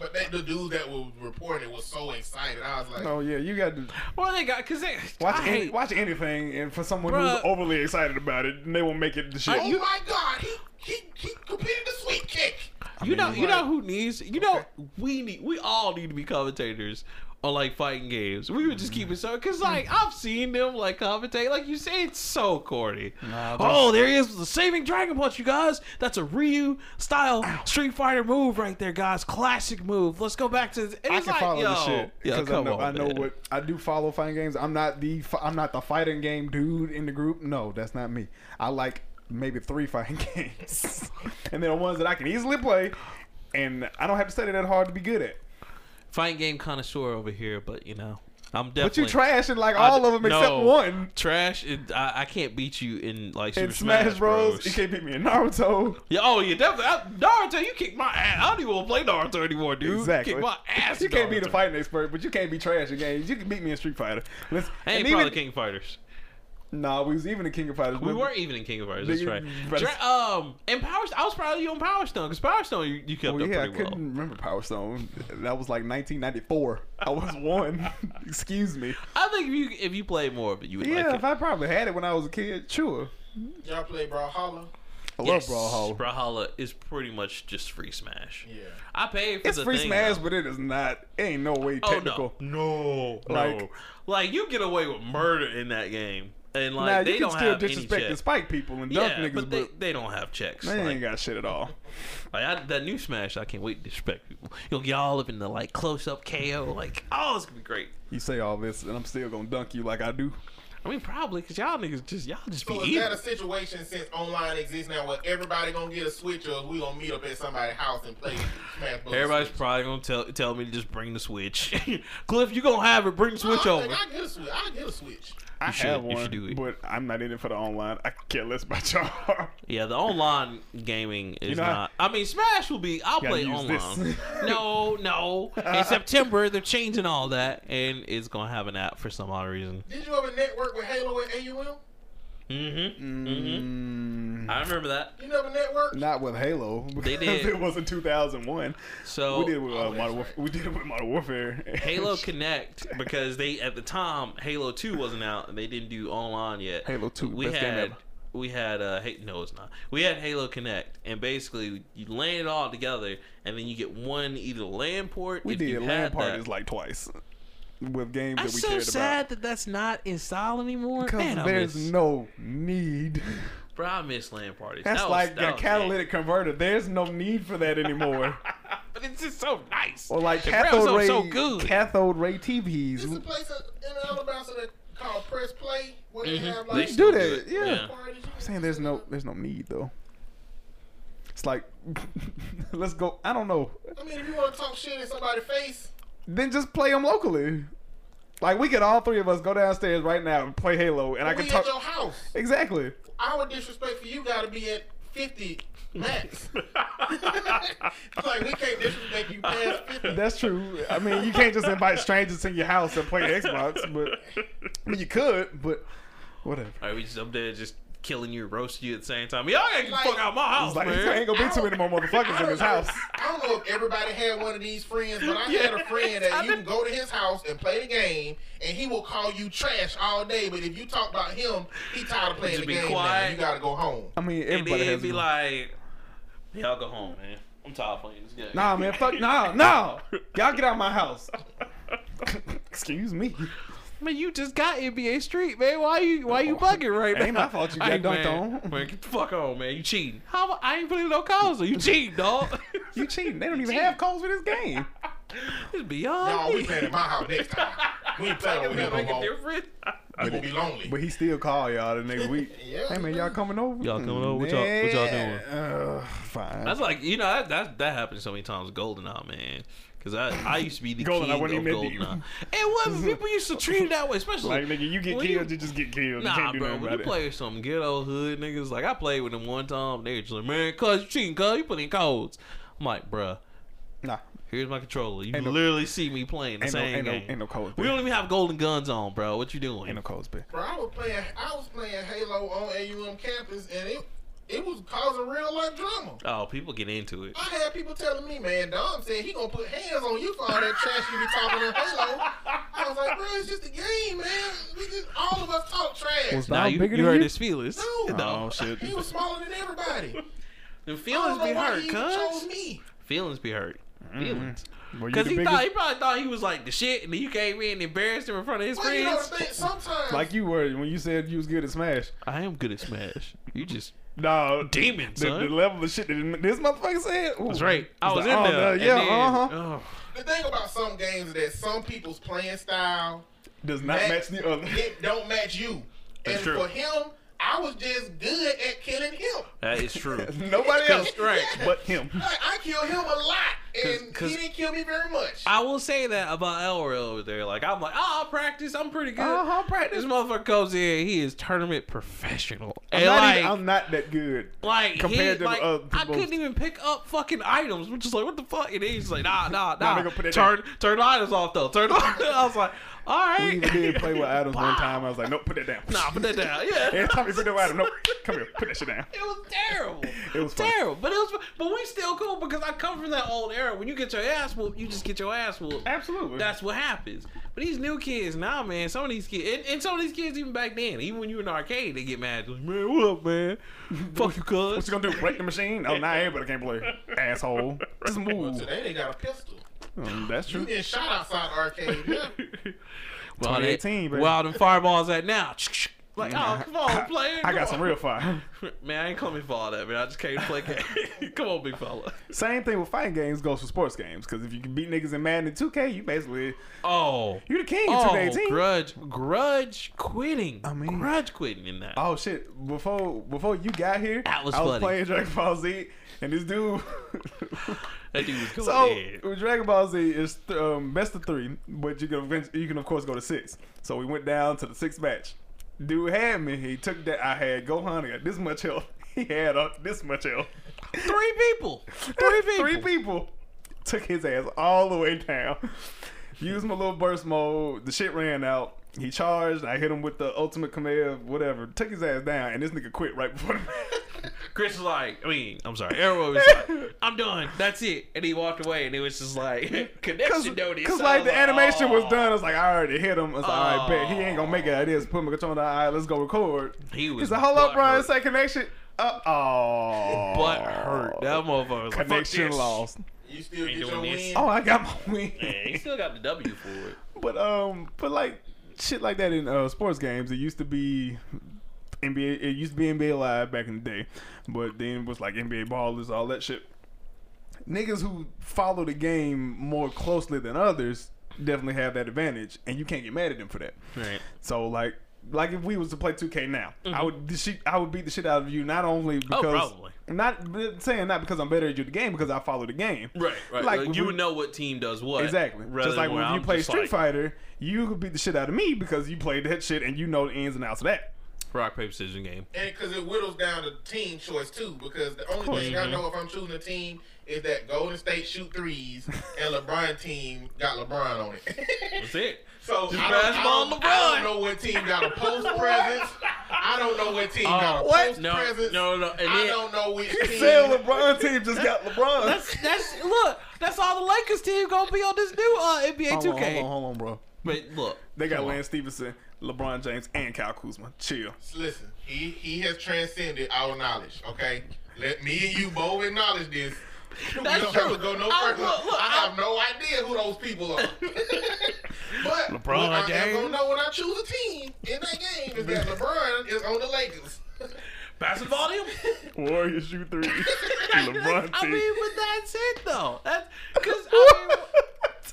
But that, the dude that was reporting it was so excited. I was like,
Oh yeah, you got to
Well, they got because they
watch
I
any,
hate-
watch anything, and for someone
Bruh.
who's overly excited about it, and they will make it the shit.
oh my god, he he he completed the sweet kick.
You know,
mean,
you know
like-
who needs. You know, we need. We all need to be commentators on like fighting games. We would just keep it so
Mm.
because like I've seen them like commentate. Like you say, it's so corny.
Nah, but-
oh, there he is with the saving dragon punch, you guys. That's a Ryu style Street Fighter move right there, guys. Classic move. Let's go back to. This. And
I
it's
can
like,
follow
yo,
the shit
Yeah,
because I
come
know
on,
I know
man.
what I do. Follow fighting games. I'm not the fi- I'm not the fighting game dude in the group. No, that's not me. I like maybe three fighting games, and they're the ones that I can easily play, and I don't have to study that hard to be good at.
fighting game connoisseur over here, but you know, I'm definitely.
But you trashing like
I-
all of them except
no.
one.
Trash, and I, I can't beat you in like Super
In Smash Bros, you can't beat me in Naruto.
Yeah, oh, you definitely I, Naruto. You kick my ass. I don't even want to play Naruto anymore, dude. You
Exactly.
kick my ass.
you
in
can't be the
Naruto.
fighting expert, but you can't be trash in games. You can beat me in Street Fighter. Let's,
I ain't
and
probably
even-
King of Fighters.
Nah, we was even in King of Fighters.
We
but-
weren't even in King of Fighters. That's
Nigga,
right.
but-
Dra- um, and Power. I was proud of you on Power Stone because Power Stone you, you kept
Oh
up
yeah, I
pretty well.
couldn't remember Power Stone. That was like 1994. I was one. Excuse me.
I think if you if you played more of it, you would
Yeah,
like
if
it.
I probably had it when I was a kid, sure.
Y'all play Brawlhalla?
I
Yes,
love Brawlhalla.
Brawlhalla is pretty much just free Smash.
Yeah.
I paid for
It's
the
free
thing,
Smash,
though.
but it is not. It ain't no way
Oh
technical.
no, no,
Like-
like, like you get away with murder in that game, and like
now
they
you
don't
can still
have any
disrespect the
check.
Spike people and dunk
Yeah,
niggas, but,
but they, they don't have checks.
they
like-
ain't got shit at all.
Like I, that new Smash, I can't wait to disrespect people. You'll get all up in the like close up KO. Like, oh, this gonna be great.
You say all this, and I'm still gonna dunk you like I do.
I mean, probably because y'all niggas just y'all just
So
be
is that
evil.
a situation since online exists now where everybody gonna get a Switch or we gonna meet up at somebody's house and play Smash Bros.
Everybody's
Switch?
probably gonna tell tell me to just bring the Switch. Cliff, you gonna have it? Bring the Switch
I,
over.
I get a Switch. I get a Switch.
I
should-
have
you should
one,
do it.
but I'm not in it for the online. I care less about y'all.
Yeah, the online gaming is
know, I-
not. I mean, Smash will be. I'll
Gotta
play
use
online.
this.
no, no. In September, they're changing all that, and it's gonna have an app for some odd reason.
Did you ever network with Halo and AUM?
Mm-hmm.
Mm,
I remember that.
You never network?
not with Halo.
Mm-hmm. They
Because
did.
It wasn't 2001.
So
we did it with uh,
Oh, that's
Modern Warfare.
right.
We did it with Modern Warfare.
Halo Connect because they at the time Halo Two wasn't out and they didn't do online yet.
Halo 2,
we
best game
had
ever.
we had uh hey, no it's not we had Halo Connect and basically you land it all together and then you get one either land port.
we
if
did
you
land
had
parties
that.
like twice with games
I'm
that we
so
cared
sad
about.
that that's not in style anymore.
Because
Man, I
there's
miss,
no need.
bro, I miss land parties.
That's
that was,
like
that
a
was
catalytic converter. There's no need for that anymore.
it. But it's just so nice.
or like
The graphics
cathode
are
ray,
so good.
cathode ray
It's a
TVs.
place in Alabama that called Press Play where they have
Mhm.
like
do
still
that,
it.
yeah.
parties.
I'm saying there's no there's no need though. It's like let's go. I don't know.
I mean, if you want to talk shit in somebody's face,
Then just play them locally. Like we could all three of us go downstairs right now and play Halo, and I
we
can
at your
talk.
house.
Exactly.
Our disrespect for you got to be at fifty max. like we can't disrespect you past fifty.
That's true. I mean, you can't just invite strangers in your house and play Xbox, but I mean, you could, but whatever.
Are we just up there just killing you, roasting you at the same time? Y'all ain't
Like-
fuck out my house,
Like,
man.
there ain't gonna be too many more motherfuckers in this house.
I don't know if everybody had one of these friends, but I had a
Yeah.
friend that
I
you can
did-
go to his house and play the game, and he will call you trash all day. But if you talk about him, he tired of playing
Just be
the game now.
quiet.
You got to go home.
I mean,
And then
everybody has.
be
Be
like, y'all go home, man. I'm tired of playing this game.
nah, man, fuck, nah, nah. Y'all get out of my house. Excuse me.
man, you just got NBA Street, man. Why you why you bugging right
Ain't
now?
my fault you got
Hey,
dunked
man.
on.
Man, get the fuck on, man. You cheating? How am- I ain't putting no calls on you. Cheating, dog.
You cheating. They don't even have calls for this game.
it's beyond.
No, we
me.
playing at my house next time. We ain't playing
Like,
over
it's gonna
here no
make a
more. You
difference.
gonna be lonely.
But he still call y'all the next week.
Yeah.
Hey man, y'all coming over?
Y'all coming over? What y'all- what y'all doing?
Uh, fine.
That's like you know that that, that happens so many times. with GoldenEye, man. Cause I, I used to be the
GoldenEye
king of
wasn't even meant to you.
GoldenEye. And what people used to treat it that way, especially
like nigga, you get
when
killed, you, just get killed. you
Nah,
can't do
bro,
nothing
when
about
you
it.
play with some ghetto hood niggas, like I played with them one time, they were just like, man, cuz you cheating, cuz you putting codes. I'm like, bruh,
nah,
here's my controller. You
Ain't no-
literally see me playing the
ain't no,
same
ain't no,
game.
ain't no codes.
we
man.
don't even have golden guns on, bro. What you
Ain't
doing?
no codes, man.
Bro, I was playing. I was playing Halo on AUM campus, and it it was causing real life drama.
Oh, people get into it.
I had people telling me, man, Dom said he gonna put hands on you for all that trash you be talking in Halo. I was like, bro, it's just a game, man. We just all of us talk trash.
Was
Now
Dom
you,
bigger
you
than
heard
you?
his feelings.
No.
Oh
no.
shit!
He was smaller than everybody.
The
I don't
feelings
know
be
why
hurt,
he even chose
cuz.
me.
Feelings be hurt. Feelings.
Well, you
Because
the
he
biggest-
thought he probably thought he was like the shit, and you came in and embarrassed him in front of his
Well, you know
friends.
what I think? Sometimes,
like you were when you said you was good at Smash.
I am good at Smash. You just
No,
Demon,
The,
son.
the level of shit that this motherfucker said. Ooh.
was right. I
It's
was in
like, oh,
there.
no, yeah,
and then-
uh-huh.
oh.
the thing about some games is that some people's playing style
Does not
That-
match the other.
it don't match you.
That's
and
true.
for him, I was just good at killing him.
That is true.
Nobody else,
right.
But him.
Like, I killed him a lot, and
'Cause- 'cause-
he didn't kill me very much.
I will say that about Elroy over there. Like I'm like, oh, I'll practice. I'm pretty good.
Uh-huh, I'll practice.
This motherfucker comes in. He is tournament professional.
I'm,
And
not
like,
even, I'm not that good.
like
compared to
he, like,
other
I
people.
couldn't even pick up fucking items. Which is like, what the fuck? And then he's like, nah, nah,
Nah,
nah.
nigga, put it
turn, turn the items off though. Turn. the- I was like, all
We
right.
even did play with Adams one
Wow.
time. I was like, nope, put that down.
Nah, put that down. Yeah.
Every time you put that down, nope, come here, put that shit down.
It was terrible.
It was fun.
terrible, but it was. But we still cool because I come from that old era. When you get your ass whooped, you just get your ass whooped.
Absolutely.
That's what happens. But these new kids now, man, some of these kids, and, and some of these kids even back then, even when you in the arcade, they get mad. Like, man, what up, man? Fuck you,
what
cuz.
you gonna do? Break the machine? Oh, not everybody can play. Asshole. Just move.
Today they got a pistol.
Um, that's
You
true.
getting shot outside the arcade. man.
Well,
2018, baby.
Where all them fireballs at now? Like, oh, come on, player.
I
come
got some
on.
real fire.
Man, I ain't coming for all that, man. I just came to play game. come on, big fella.
Same thing with fighting games goes for sports games because if you can beat niggas in Madden and 2K, you basically
Oh.
you the king in
Oh,
2K18.
grudge, grudge quitting. I
mean-
mean, grudge quitting in that.
Oh shit! Before before you got here,
That was
I was
funny.
playing Dragon Ball Z, and this dude.
That dude was going
so
in.
with Dragon Ball Z is um, best of three, but you can event- you can of course go to six. So we went down to the sixth match. Dude had me. He took that. I had Gohan. I got this much health. He had uh, this much health.
Three people. Three people.
Three people took his ass all the way down. Used my little burst mode. The shit ran out. He charged. I hit him with the ultimate command, whatever. Took his ass down, and this nigga quit right before the match.
Chris was like, I mean, I'm sorry. Arrow was like, I'm done. That's it. And he walked away, and it was just like
Cause,
connection notice.
cause
I
like
was
the animation
"Oh."
was done. I was like, I already hit him. I was like, all right, bet he ain't gonna
Oh.
make it. It is put my controller. All right, let's go record.
He was
He's like, hold up,
butt
Brian.
hurt.
Say connection. Uh oh.
Butt hurt. That motherfucker was like,
Connection
Fuck this.
lost.
You still get
Ain't
your
doing this.
win.
Oh, I got my win.
Yeah, he still got the W for it.
But um, but like shit like that in uh, sports games, it used to be NBA. It used to be NBA Live back in the day, but then it was like NBA Ballers, all that shit. Niggas who follow the game more closely than others definitely have that advantage, and you can't get mad at them for that.
Right. Mm-hmm.
So like. Like if we was to play 2K now, I would the shit, I would beat the shit out of you not only because
Oh, probably.
not saying not because I'm better at you the game because I follow the game
Right.
Like,
Right. Like,
when
you
we-
would know what team does what.
Exactly.
rather
Just like
than
when
where
you
I'm
play
just
Street
like,
Fighter, you could beat the shit out of me because you played that shit and you know the ins and outs of that.
Rock paper scissors game.
And because it whittles down to team choice too, because the only thing
Mm-hmm.
I know if I'm choosing a team is that Golden State shoot threes and LeBron team got LeBron on it.
That's it.
so
Just
I don't,
pass
I,
ball
don't,
to
I
LeBron.
don't know what team got a post presence. I don't know what team got a
Oh, what?
post
No,
presence.
no, no, and
I
then-
don't know which team.
Said LeBron team just got LeBron.
That's that's look. That's all the Lakers team gonna be on this new uh, NBA
hold, on,
2K.
hold on, hold on, bro.
But look,
They got
come on.
Lance Stevenson, LeBron James, and Kyle Kuzma. Chill.
Listen, he he has transcended our knowledge. Okay, let me and you both acknowledge this.
That's
we don't have
true.
to go no
I-
further.
look, look,
I
I-
have no idea who those people are. but
LeBron
what I am
James.
gonna know when I choose a team in that game is that LeBron is on the Lakers.
Pass the ball to him.
Warriors shoot three. LeBron
I
team.
mean, but that's it though. That's because I mean,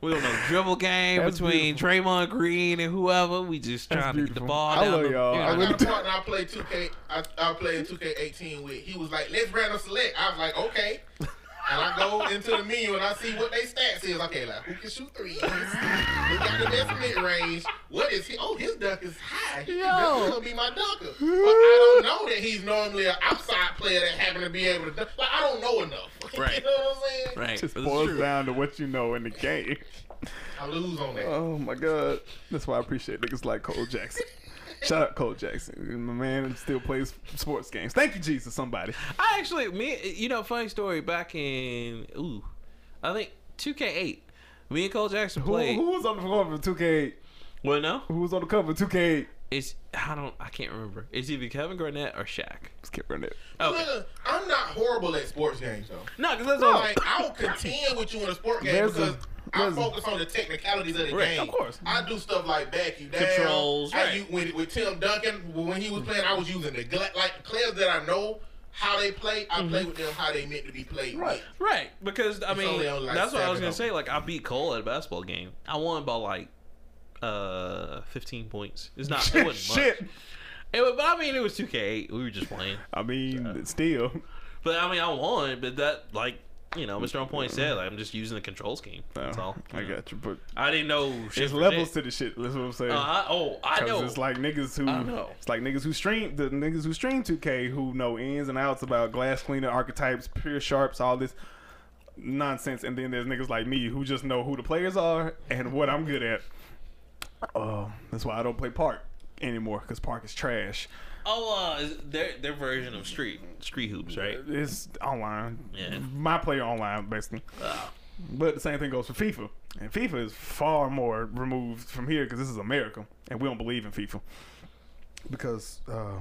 we don't know dribble game
That's
between Draymond Green and whoever. We just
That's
trying to get the
beautiful.
ball
I
down.
love
the-
y'all.
you know,
I
I
really
got a partner I played 2K. I, I played 2K18 with. He was like, "Let's random select." I was like, "Okay." And I go into the menu and I see what they stats is. Okay, like who can shoot threes? Who got the best mid range? What is he? Oh, his dunk is high. Yo. That's gonna be my dunker. But I don't know that he's normally an outside player that happened to be able to dunk. Like I don't know enough. you
Right.
know what I'm saying?
right?
Just
That's
boils
true.
down to what you know in the game.
I lose on that.
Oh my god. That's why I appreciate niggas like Cole Jackson. Shout out Cole Jackson. My man still plays sports games. Thank you, Jesus, somebody.
I actually, me, you know, funny story. Back in ooh, I think 2K8. Me and Cole Jackson
Who,
played.
who was on the cover of 2K8?
Well, no,
Who was on the cover of 2K8?
it's I don't, I can't remember. It's either Kevin Garnett or Shaq.
Skip running it.
Okay,
Look, I'm not horrible at sports games though.
no, because that's all.
Like I'll contend with you in a sport game
There's a-
because I
there's a-
focus on the technicalities of the
Right,
game.
of course.
I do stuff like back you down.
Controls,
I
right.
u- with, with Tim Duncan when he was playing, I was using the gla- like players that I know how they play. I play with them how they meant to be played.
Right.
With.
Right, because I mean,
only on, like,
that's what I was
seven
gonna
of
say. Like, I beat Cole at a basketball game. I won by like uh 15 points. It's not it wasn't
Shit.
much. It was, but I mean, it was 2K8. We were just playing.
I mean, still.
But I mean, I won. But that, like, you know, Mr. On Point said, like, I'm just using the control scheme. That's all.
Oh, uh, I got you, but
I didn't know. Shit
it's
from
levels
that.
to the shit. That's what I'm saying.
Uh, I, oh, I
'Cause
know.
It's like niggas who
I know.
it's like niggas who stream the niggas who stream 2K who know ins and outs about glass cleaner archetypes, pure sharps, all this nonsense. And then there's niggas like me who just know who the players are and what I'm good at. Uh, that's why I don't play Park anymore because Park is trash.
oh, uh, is their their version of street street hoops, right?
It's online.
Yeah.
My player online basically.
Uh,
But the same thing goes for FIFA. And FIFA is far more removed from here because this is America, and we don't believe in FIFA. Because uh,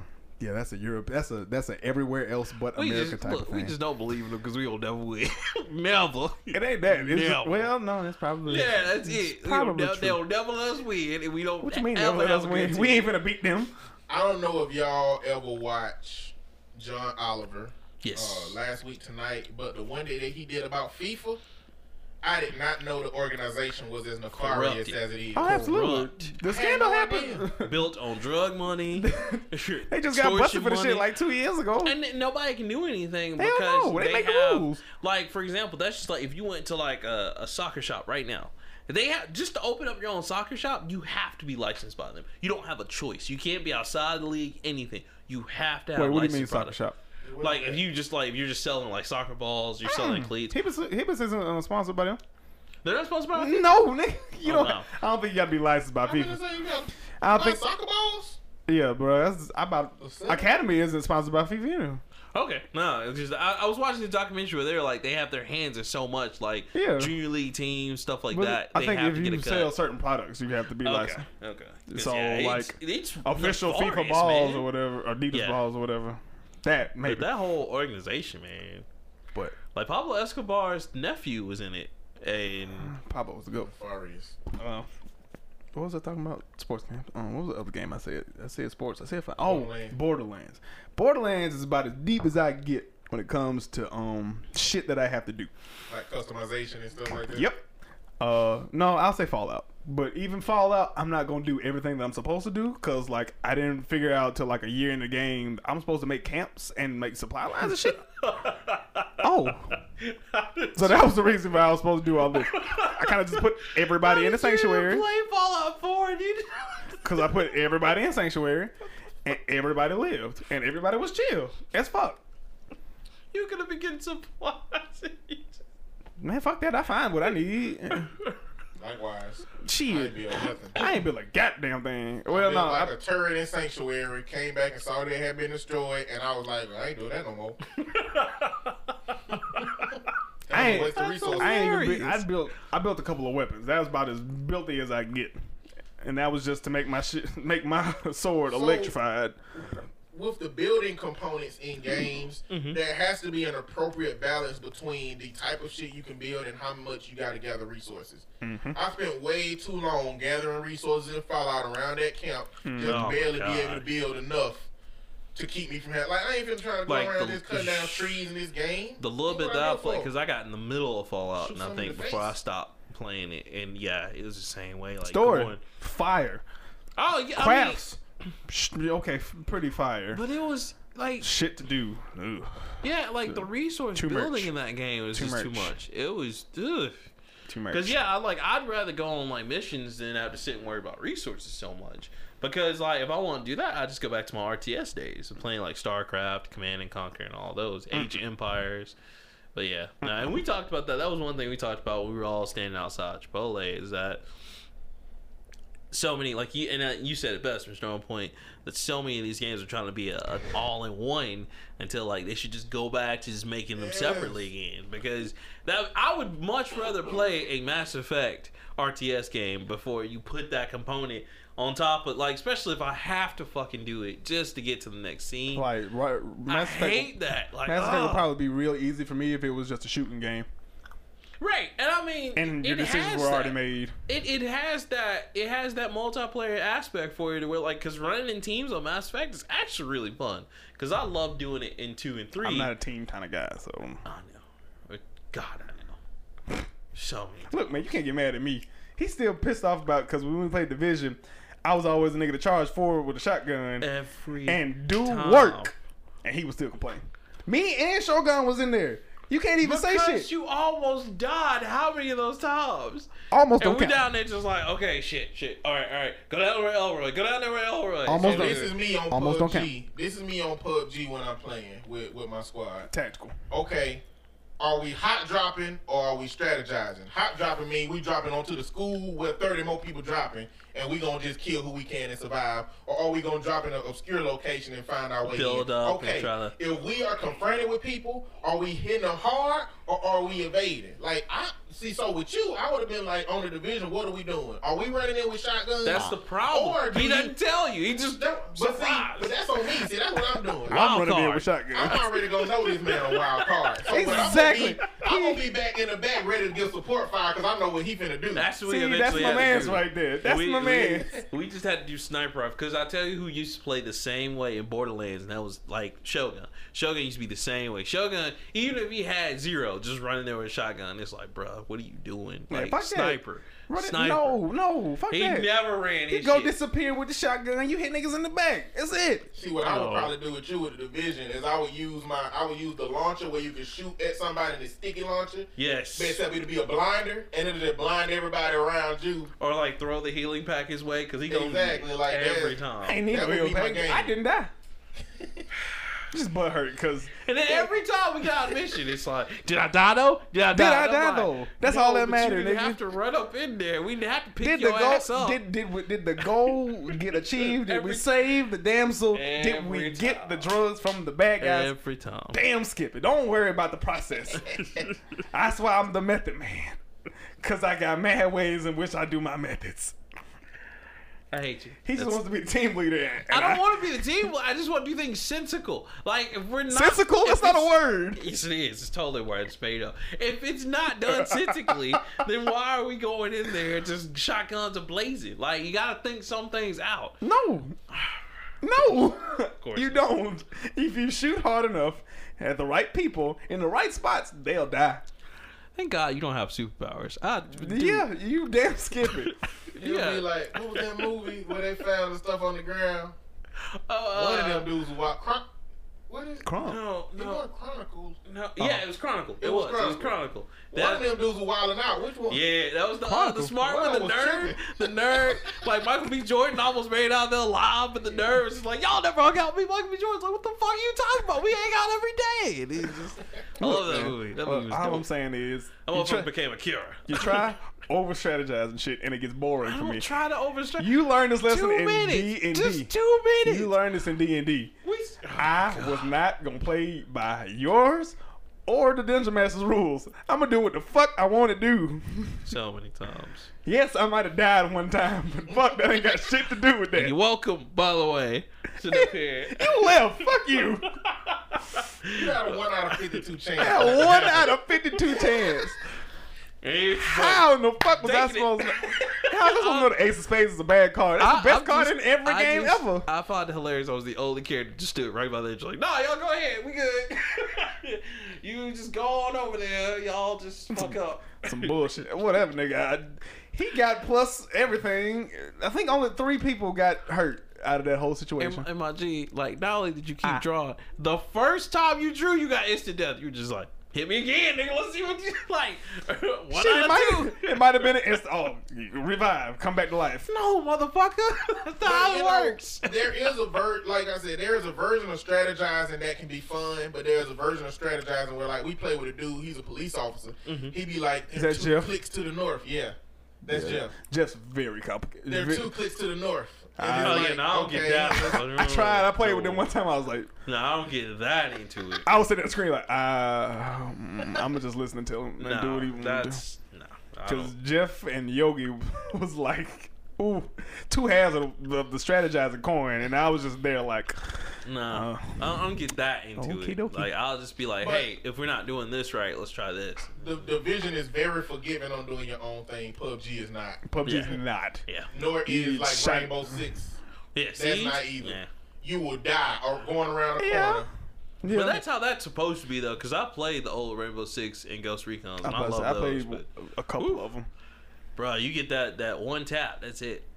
yeah, that's a Europe. That's a that's a everywhere else but
we
America
just
type
look,
of
we
thing.
just don't believe in them because we will never win. never.
it ain't that. It's
Yeah.
just, well, no, that's probably
Yeah, that's
it's
it.
Probably
they'll,
true.
they'll never let us win, and we don't.
What you mean? Never
ever
let
have
us
a good
win. We
team.
ain't finna beat them.
I don't know if y'all ever watch John Oliver.
Yes.
Uh, last week tonight, but the one that he did about FIFA, I did not know the organization was as nefarious
Corrupted.
as it is.
Oh, absolutely.
Corrupt.
The scandal
no
happened.
Built on drug money.
they just got busted for the shit
money.
like two years ago.
And then nobody can do anything
don't
because
know. They
they,
make the
have,
rules.
like, for example, that's just like if you went to like a, a soccer shop right now. They have just to open up your own soccer shop. You have to be licensed by them. You don't have a choice. You can't be outside the league. Anything. You have to have.
Wait,
a
what do you
license
mean
by
soccer
them.
shop?
Like if you just like if you're just selling like soccer balls, you're selling cleats.
Hibbs Hibbs isn't uh, sponsored by them.
They're not supposed to buy.
No, nigga. You
Oh,
don't.
wow.
I don't think you gotta be licensed by
I mean,
FIFA.
it's like, you got-
I
like
don't think.
soccer balls.
Yeah, bro. That's I about
see.
Academy isn't sponsored by FIFA. Either.
Okay, no, it's just I, I was watching the documentary where they're like they have their hands in so much like
Yeah.
junior league teams stuff like
But
that.
I
they
think
have
if
to get
you
a cut.
sell certain products, you have to be
okay,
licensed.
okay. 'Cause,
So,
it's-
like,
it's
Official FIFA
nefarious,
balls
man.
or whatever, Adidas
Yeah.
balls or whatever. That
But
maybe,
that whole organization, man.
but
Like Pablo Escobar's nephew was in it, and
Pablo was good.
Nefarious.
Uh,
Oh.
what was I talking about? Sports game. Um, what was the other game I said? I said sports. I said fi- oh
Borderlands.
Borderlands. Borderlands is about as deep as I get when it comes to um shit that I have to do.
Like customization and stuff like that.
Yep. Uh, no, I'll say Fallout. But even Fallout, I'm not gonna do everything that I'm supposed to do because like I didn't figure out till like a year in the game I'm supposed to make camps and make supply lines and shit. oh, so that was the reason why I was supposed to do all this. I kind of just put everybody in the sanctuary
Play Fallout Four, dude.
because I put everybody in sanctuary and everybody lived and everybody was chill as fuck.
You're gonna be getting supplies.
Man, fuck that. I find what I need.
Likewise.
Shit.
I'd be on nothing.
I ain't built a goddamn thing. Well,
Built
no,
like
I-
a turret in sanctuary. Came back and saw they had been destroyed, and I was like, I ain't doing that no more. That
I
was a
ain't,
waste of resources.
I ain't even built,
hilarious.
I built I built a couple of weapons. That was about as builty as I get, and that was just to make my shit make my sword
So-
electrified.
with the building components in games,
Mm-hmm.
there has to be an appropriate balance between the type of shit you can build and how much you got to gather resources.
Mm-hmm.
I spent way too long gathering resources in Fallout around that camp, just
Oh,
barely
God.
be able to build enough to keep me from having. Like I ain't even trying to go
Like
around
the-
just cutting down trees in this game.
The little
What
bit
I
that I
live
played,
for?
because I got in the middle of Fallout,
Shoot
and I
something in
think
the
before I
face.
stopped playing it, and yeah, it was the same way. Like
Story,
going-
fire,
oh yeah, I mean,
crafts. Sh okay, f- pretty fire.
but it was like
Shit to do. Ugh.
yeah, like the resource
Too much.
building in that game was
Too
just too
much.
much. It was ugh.
Too much.
Because yeah, I like I'd rather go on like missions than have to sit and worry about resources so much. Because like if I want to do that, I just go back to my RTS days of playing like StarCraft, Command and Conquer, and all those Age of Empires. But yeah, no, and we talked about that. That was one thing we talked about. when We were all standing outside Chipotle. Is that so many like you and uh, you said it best, Mr. On Point. That so many of these games are trying to be a, an all in one until like they should just go back to just making them
Yes.
separately again because that I would much rather play a Mass Effect RTS game before you put that component on top of like especially if I have to fucking do it just to get to the next scene.
Like right, Mass
I
Effect,
hate that. Like, oh.
Mass Effect
ugh.
would probably be real easy for me if it was just a shooting game
right, and I mean,
and your
it
decisions
has
were already
that.
made.
it, it has that it has that multiplayer aspect for you to where like because running in teams on Mass Effect is actually really fun because I love doing it in two and 3
I'm not a team kind of guy, so
I know, God, I know. So many.
look, man, you can't get mad at me. He's still pissed off about because when we played Division, I was always a nigga to charge forward with a shotgun
every
and do
time.
work, and he was still complaining. Me and Shogun was in there. You can't even say
because
shit.
you almost died. How many of those times?
Almost
And
don't
we
count.
down there just like, okay, shit, shit. All right, all right. Go down there, Elroy. Go down there, Elroy.
Almost
And
done.
This is me on
Almost don't
PUBG. This is me on PUBG when I'm playing with, with my squad.
Tactical.
okay, are we hot dropping or are we strategizing? Hot dropping mean we dropping onto the school where 30 more people dropping and we gonna just kill who we can and survive, or are we gonna drop in an obscure location and find our way
Build
in?
up and
okay,
try to-
if we are confronted with people, are we hitting them hard or are we evading? Like I see, so with you, I would have been like on the division. What are we doing? Are we running in with shotguns?
That's the
Or
problem.
do
He
you-
doesn't tell you. He just
That- but see,
surprise.
but that's on me. See, that's what I'm doing.
I'm running in
card.
with shotgun.
I'm already gonna know this man a wild card. So when
Exactly.
I'm gonna, be, I'm gonna be back in the back ready to give support fire because I know what he finna do.
That's what we
See,
eventually
that's
had
my
to
man's
do.
right there. That's
We-
my man.
we- We just had to do sniper rifle because I tell you who used to play the same way in Borderlands, and that was like Shogun. Shogun used to be the same way. Shogun, even if he had zero, just running there with a shotgun, it's like, bruh, what are you doing?
Man,
Like
fuck that.
sniper,
Run it-
sniper.
No, no, fuck
he
that.
never ran.
He
his
go
shit.
disappear with the shotgun. You hit niggas in the back. That's it.
See what I would
Oh.
probably do with you with the division is I would use my I would use the launcher where you can shoot at somebody the sticky launcher.
Yes,
But except it'd be a blinder and it'll just blind everybody around you.
or like throw the healing pack his way because he goes
Exactly, like
every
that.
time.
I ain't need
That
no
would
real
be my
pain.
game.
I didn't die. Just butt hurt because
And then every time we got a mission, it's like, did I die though? Did I die?
I
And I'm
die,
like,
though? That's all that
but
matter,
You didn't
nigga.
have to run up in there. We didn't have to pick
did the
your ass
goal
up.
did, did did the goal get achieved? Did we
Every-
save the damsel? Did we
Every
get
time.
the drugs from the bad guys?
every time.
Damn, skip it. Don't worry about the process. That's why I'm the method man. Cause I got mad ways in which I do my methods.
I hate you.
He just
That's-
wants to be the team leader. and
I don't want to be the team. but I just want to do things sensical. Like if we're not
sensical.
if
That's not a
it's-
word.
Yes, it is. It's totally where it's made up. If it's not done sensically, then why are we going in there just shotguns ablazing? Like you got to think some things out.
No. No.
course
You
not.
don't. If you shoot hard enough at the right people in the right spots, they'll die.
Thank God you don't have superpowers. I, dude,
Yeah, you damn skip it.
It'll
Yeah.
be like, what was that movie where they found the stuff on the ground?
uh,
One of them dudes who walked cron- what is
Crumb.
No,
It
no,
wasn't Chronicles.
no. Yeah, it was Chronicle. It,
It
was.
was
It was Chronicle.
One of
That-
them dudes who wilding out. Which one?
Yeah, that was the, uh, the
Chronicles.
smart
Wow,
one, the
was
nerd,
tripping.
the nerd. Like Michael B. Jordan almost made it out of there alive, but the nerd was just like, "Y'all never hung out with me." Michael B. Jordan's like, "What the fuck are you talking about? We hang out every day." And he's just, I love that movie. That movie
Look, all I'm
was dope.
saying is,
That
you try,
motherfucker became a cure.
you try over strategizing shit, and it gets boring
I
for me.
don't try to overstretch.
you learned this lesson
two
in
minutes,
D and
just
D.
two minutes.
You learned this in D and D.
We s- Ah,
I was not gonna play by yours or the Dungeon Master's rules. I'm gonna do what the fuck I want to do.
so many times.
Yes, I might have died one time, but fuck, that ain't got shit to do with that.
You're welcome, by the way, to the pair.
You left. Fuck you.
You got a one out of fifty-two chance.
I had one out of 52 chance.
Hey,
How in the fuck was I
Taking it.
supposed to How was I supposed to know the Ace of Spades is a bad card? That's the best
I'm
card
just-
in every
I
game
just-
ever.
I found it hilarious. I was the only character that just stood right by the edge, like, nah, y'all go ahead, we good. you just go on over there, y'all just fuck up.
Some bullshit. Whatever, nigga. I, he got plus everything. I think only three people got hurt out of that whole
And,
situation.
and my G, like, not only did you keep
Ah.
drawing, the first time you drew, you got instant death. You were just like, hit me again, nigga. Let's see what you like. One
Shit,
out
it
of
might,
two.
it might have been an instant. Oh, revive, come back to life.
No, motherfucker. That's not how it
you know,
works.
there is a ver like I said, there is a version of strategizing that can be fun, but there's a version of strategizing where like we play with a dude, he's a police officer. He be like,
Mm-hmm. that
two
Jeff?
clicks to the north, yeah. That's Jeff.
Jeff's very complicated.
There are
Ve-
two clicks to the north. And
I-
it's
Oh
like,
yeah, no, I don't
okay,
get that.
I tried. I played with them one time. I was like,
No, I don't get that into it.
I was sitting at the screen like, uh, I'm gonna just listen to him and do
No,
what he wants
that's no. I
Because
don't-
Jeff and Yogi was like, ooh, two halves of the, of the strategizing coin, and I was just there like,
No,
Uh,
I don't get that into
Okie
it.
dokie.
Like I'll just be like,
But-
hey, if we're not doing this right, let's try this.
The, the vision is very forgiving on doing your own thing. PUBG is not.
PUBG's
Yeah.
not.
Yeah,
Nor is
It's
like
shite.
Rainbow Six.
yeah.
That's
See?
not either.
Yeah.
You will die or going around the
Yeah.
corner.
Yeah.
But that's how that's supposed to be though, because I played the old Rainbow Six and Ghost Recon. And
I'm
I,
about to
love
say, I
those.
played
But,
a couple
Ooh.
of them.
bro, you get that that one tap. That's it.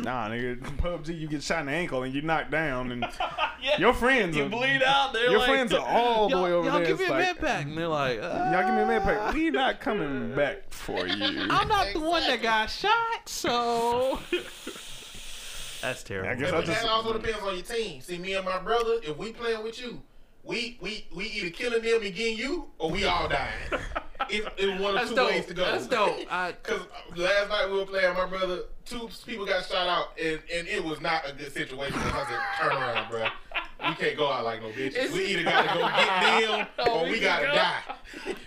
Nah, nigga, PUBG, you get shot in the ankle and you knocked down, and
yeah.
your friends
you
are-
bleed out. They're
your
like,
friends are all the
y'all,
way over
y'all
there.
give me
It's
a
like-
med pack, and they're like,
Y'all give me a man
"Uh,
pack. We not coming back for you.
I'm not the one that got shot, so that's terrible.
I guess
But
I
that
just-
also depends on your team. See, me and my brother, if we playing with you, we we we either killing them and getting you, or we all dying. It's, it's one of
That's
two
dope.
ways to go.
That's dope. I-
Because last night we were playing, my brother, two people got shot out, and, and it was not a good situation. I said, turn around, bro. We can't go out like no bitches.
It's-
we either gotta go get them,
Oh,
or
we
we,
can
gotta
go.
die.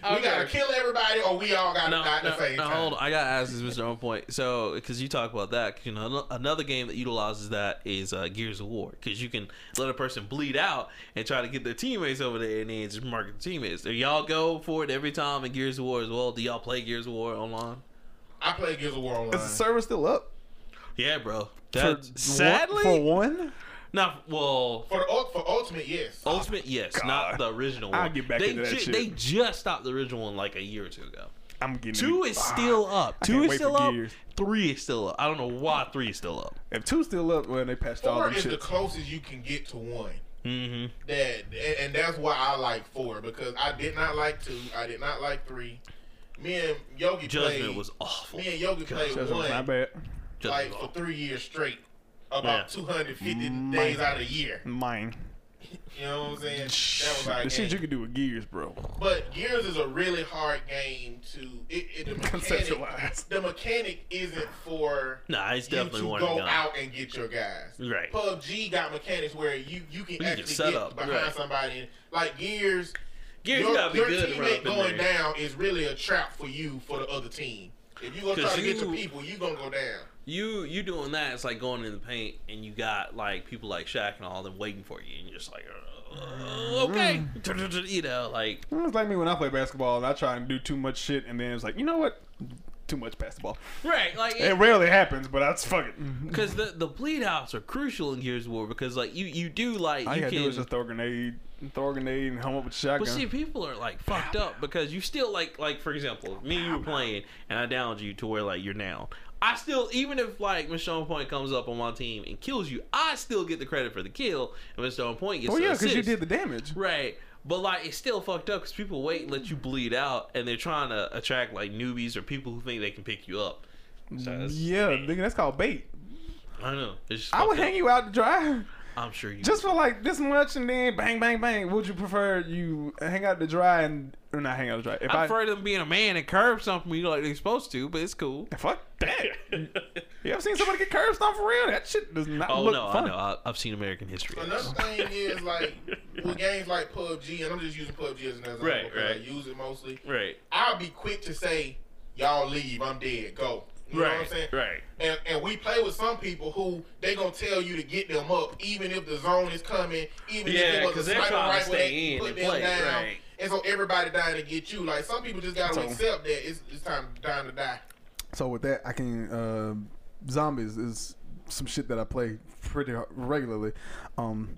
Okay.
We gotta kill everybody, or we all gotta
No,
die at
no,
the same
no,
time.
hold on. I gotta ask this, Mr. On Point. So, because you talk about that, 'cause, you know, another game that utilizes that is uh, Gears of War, because you can let a person bleed out and try to get their teammates over there, and then just market the teammates. Do y'all go for it every time in Gears of War as well? Do y'all play Gears of War online?
I play Gears of War online.
Is the server still up?
Yeah, bro.
For
That's
one-
sadly
for one.
not. Well,
for the ult- for ultimate, yes.
Ultimate, yes,
God.
not the original one.
I'll get back
they
into that
ju-
shit.
They just stopped the original one like a year or two ago.
I'm getting
Two is
Ah.
still up. Two
can't
is
wait
still
for
up.
Gears.
Three is still up. I don't know why three is still up.
If two's still up, well, they patched all
Four
them
is the
shit.
closest you can get to one.
Mm-hmm.
That and, and that's why I like four because I did not like two. I did not like three. Me and Yogi
Judgment
played.
was awful.
me and Yogi played
That's
one
not bad.
like
Judgment was
for
awful.
three years straight,
Yeah.
about 250
Mm,
days
my-
out of the year.
Mine.
You know what I'm saying? That was our
The shit you
game.
can do with gears, bro.
But Gears is a really hard game to it, it, the mechanic.
Conceptualize.
The mechanic isn't for
Nah, it's definitely
you to
one
go
and done.
out and get your guys.
Right.
PUBG got mechanics where you you can
can
actually
set
get
up,
behind
right.
somebody. and- Like Gears,
Gears
your,
gotta be
your
good to run
teammate
up in
going
there.
down is really a trap for you for the other team. If you gonna
'Cause
try to get
you-
your people, you gonna go down.
You you doing that? It's like going in the paint and you got like people like Shaq and all them waiting for you, and you're just like, uh, okay, you know, like
It's like me when I play basketball and I try and do too much shit, and then it's like, you know what? Too much basketball.
right, like
It rarely happens, but that's fuck it.
Because the the bleed outs are crucial in Gears of War because like you you do like
All you
you
gotta
can.
do is just throw a grenade, throw a grenade, and home up with a shotgun.
but see, people are like fucked up because you still like like for example, me and you were playing and I downed you to where like you're down. I still even if like Michonne Point comes up on my team and kills you, I still get the credit for the kill, and Michonne Point gets.
well,
the
Oh, yeah, because you
assist.
did the damage.
Right. But like it's still fucked up because people wait and let you bleed out, and they're trying to attract like newbies or people who think they can pick you up. So that's-
Yeah, nigga, that's called bait.
I know. It's just
I would
fucked up.
hang you out to dry.
I'm sure you
just for like this much and then bang bang bang would you prefer you hang out to dry and or not hang out to dry if
I'm
i
afraid of them being a man and curb something you like they're supposed to, but it's cool.
fuck that you ever seen somebody get curb stomped for real that shit does not
oh
look
no,
fun
I know. I, I've seen American History. X.
Another thing is like with games like PUBG, and I'm just using PUBG as an example
Right,
because
right.
I use it mostly.
right,
I'll be quick to say, "Y'all leave, I'm dead, go." You know what I'm saying?
right.
And, and we play with some people who they gonna tell you to get them up, even if the zone is coming, even
Yeah,
if it
'cause
was
they're
a sniper
trying to
right where
stay
they
in
put
and
them
play,
down.
right.
And so everybody dying to get you. Like some people just gotta
So-
accept that it's, it's time time to die.
so with that i can uh, zombies is some shit that i play pretty h- regularly um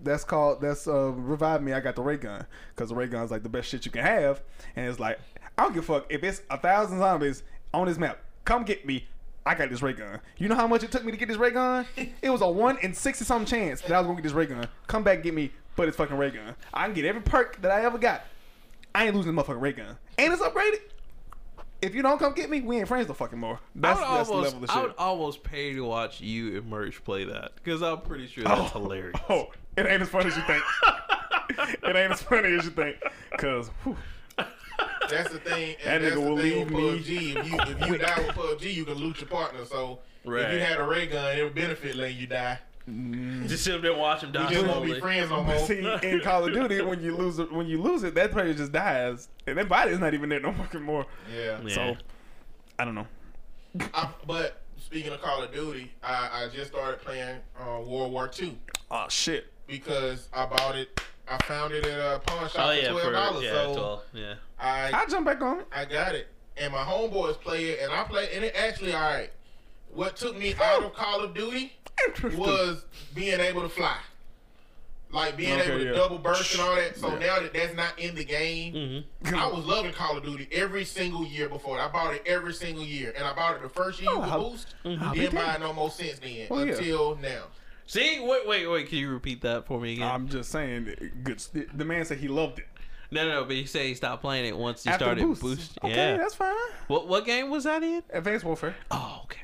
that's called that's uh revive me i got the ray gun because the ray gun's like the best shit you can have and it's like i don't give a fuck if it's a thousand zombies on this map come get me i got this ray gun you know how much it took me to get this ray gun it was a one in 60 some chance that i was gonna get this ray gun come back and get me but it's fucking ray gun i can get every perk that i ever got i ain't losing the motherfucking ray gun and it's upgraded if you don't come get me we ain't friends no fucking more that's,
I would
that's the
almost,
level of
I
shit
would almost pay to watch you and Merch play that because I'm pretty sure that's hilarious.
Oh, it ain't as funny as you think. it ain't as funny as you think. Cause whew,
That's the thing.
That
And
nigga
that's the
will
thing
leave
with
me
PUBG. If you if you die with PUBG, you can loot your partner. So if
Right.
you had a ray gun, it would benefit letting you die.
Just sit up there and watch him die
We just won't
slowly.
be friends no
Oh.
more.
See, in Call of Duty, when you lose it, when you lose it, that player just dies, and that body's not even there no fucking more.
Yeah.
Yeah.
So, I don't know.
I, but speaking of Call of Duty, I, I just started playing uh, World War Two
Oh shit.
because I bought it. I found it at a pawn shop
Oh
for
yeah,
twelve
for,
dollars.
yeah,
so
12, yeah.
I
I jump back on it.
I got it. And my homeboys play it, and I play, and it actually all right. What took me out of Call of Duty
Interesting.
was being able to fly, like being
Okay,
able to
yeah.
double burst and all that. So
Yeah.
now that that's not in the game,
Mm-hmm.
I was loving Call of Duty every single year before. that. I bought it every single year, and I bought it the first year
Oh,
with
how-
Boost.
I'll be damned.
Didn't buy it no more since then
Well, yeah.
until now.
See, wait, wait, wait. Can you repeat that for me again?
I'm just saying, good. The man said he loved it.
no, no, no. But you say he stopped playing it once you
After
started
boost.
boosting.
Okay,
yeah.
that's fine.
What what game was that in?
Advanced Warfare.
Oh, okay.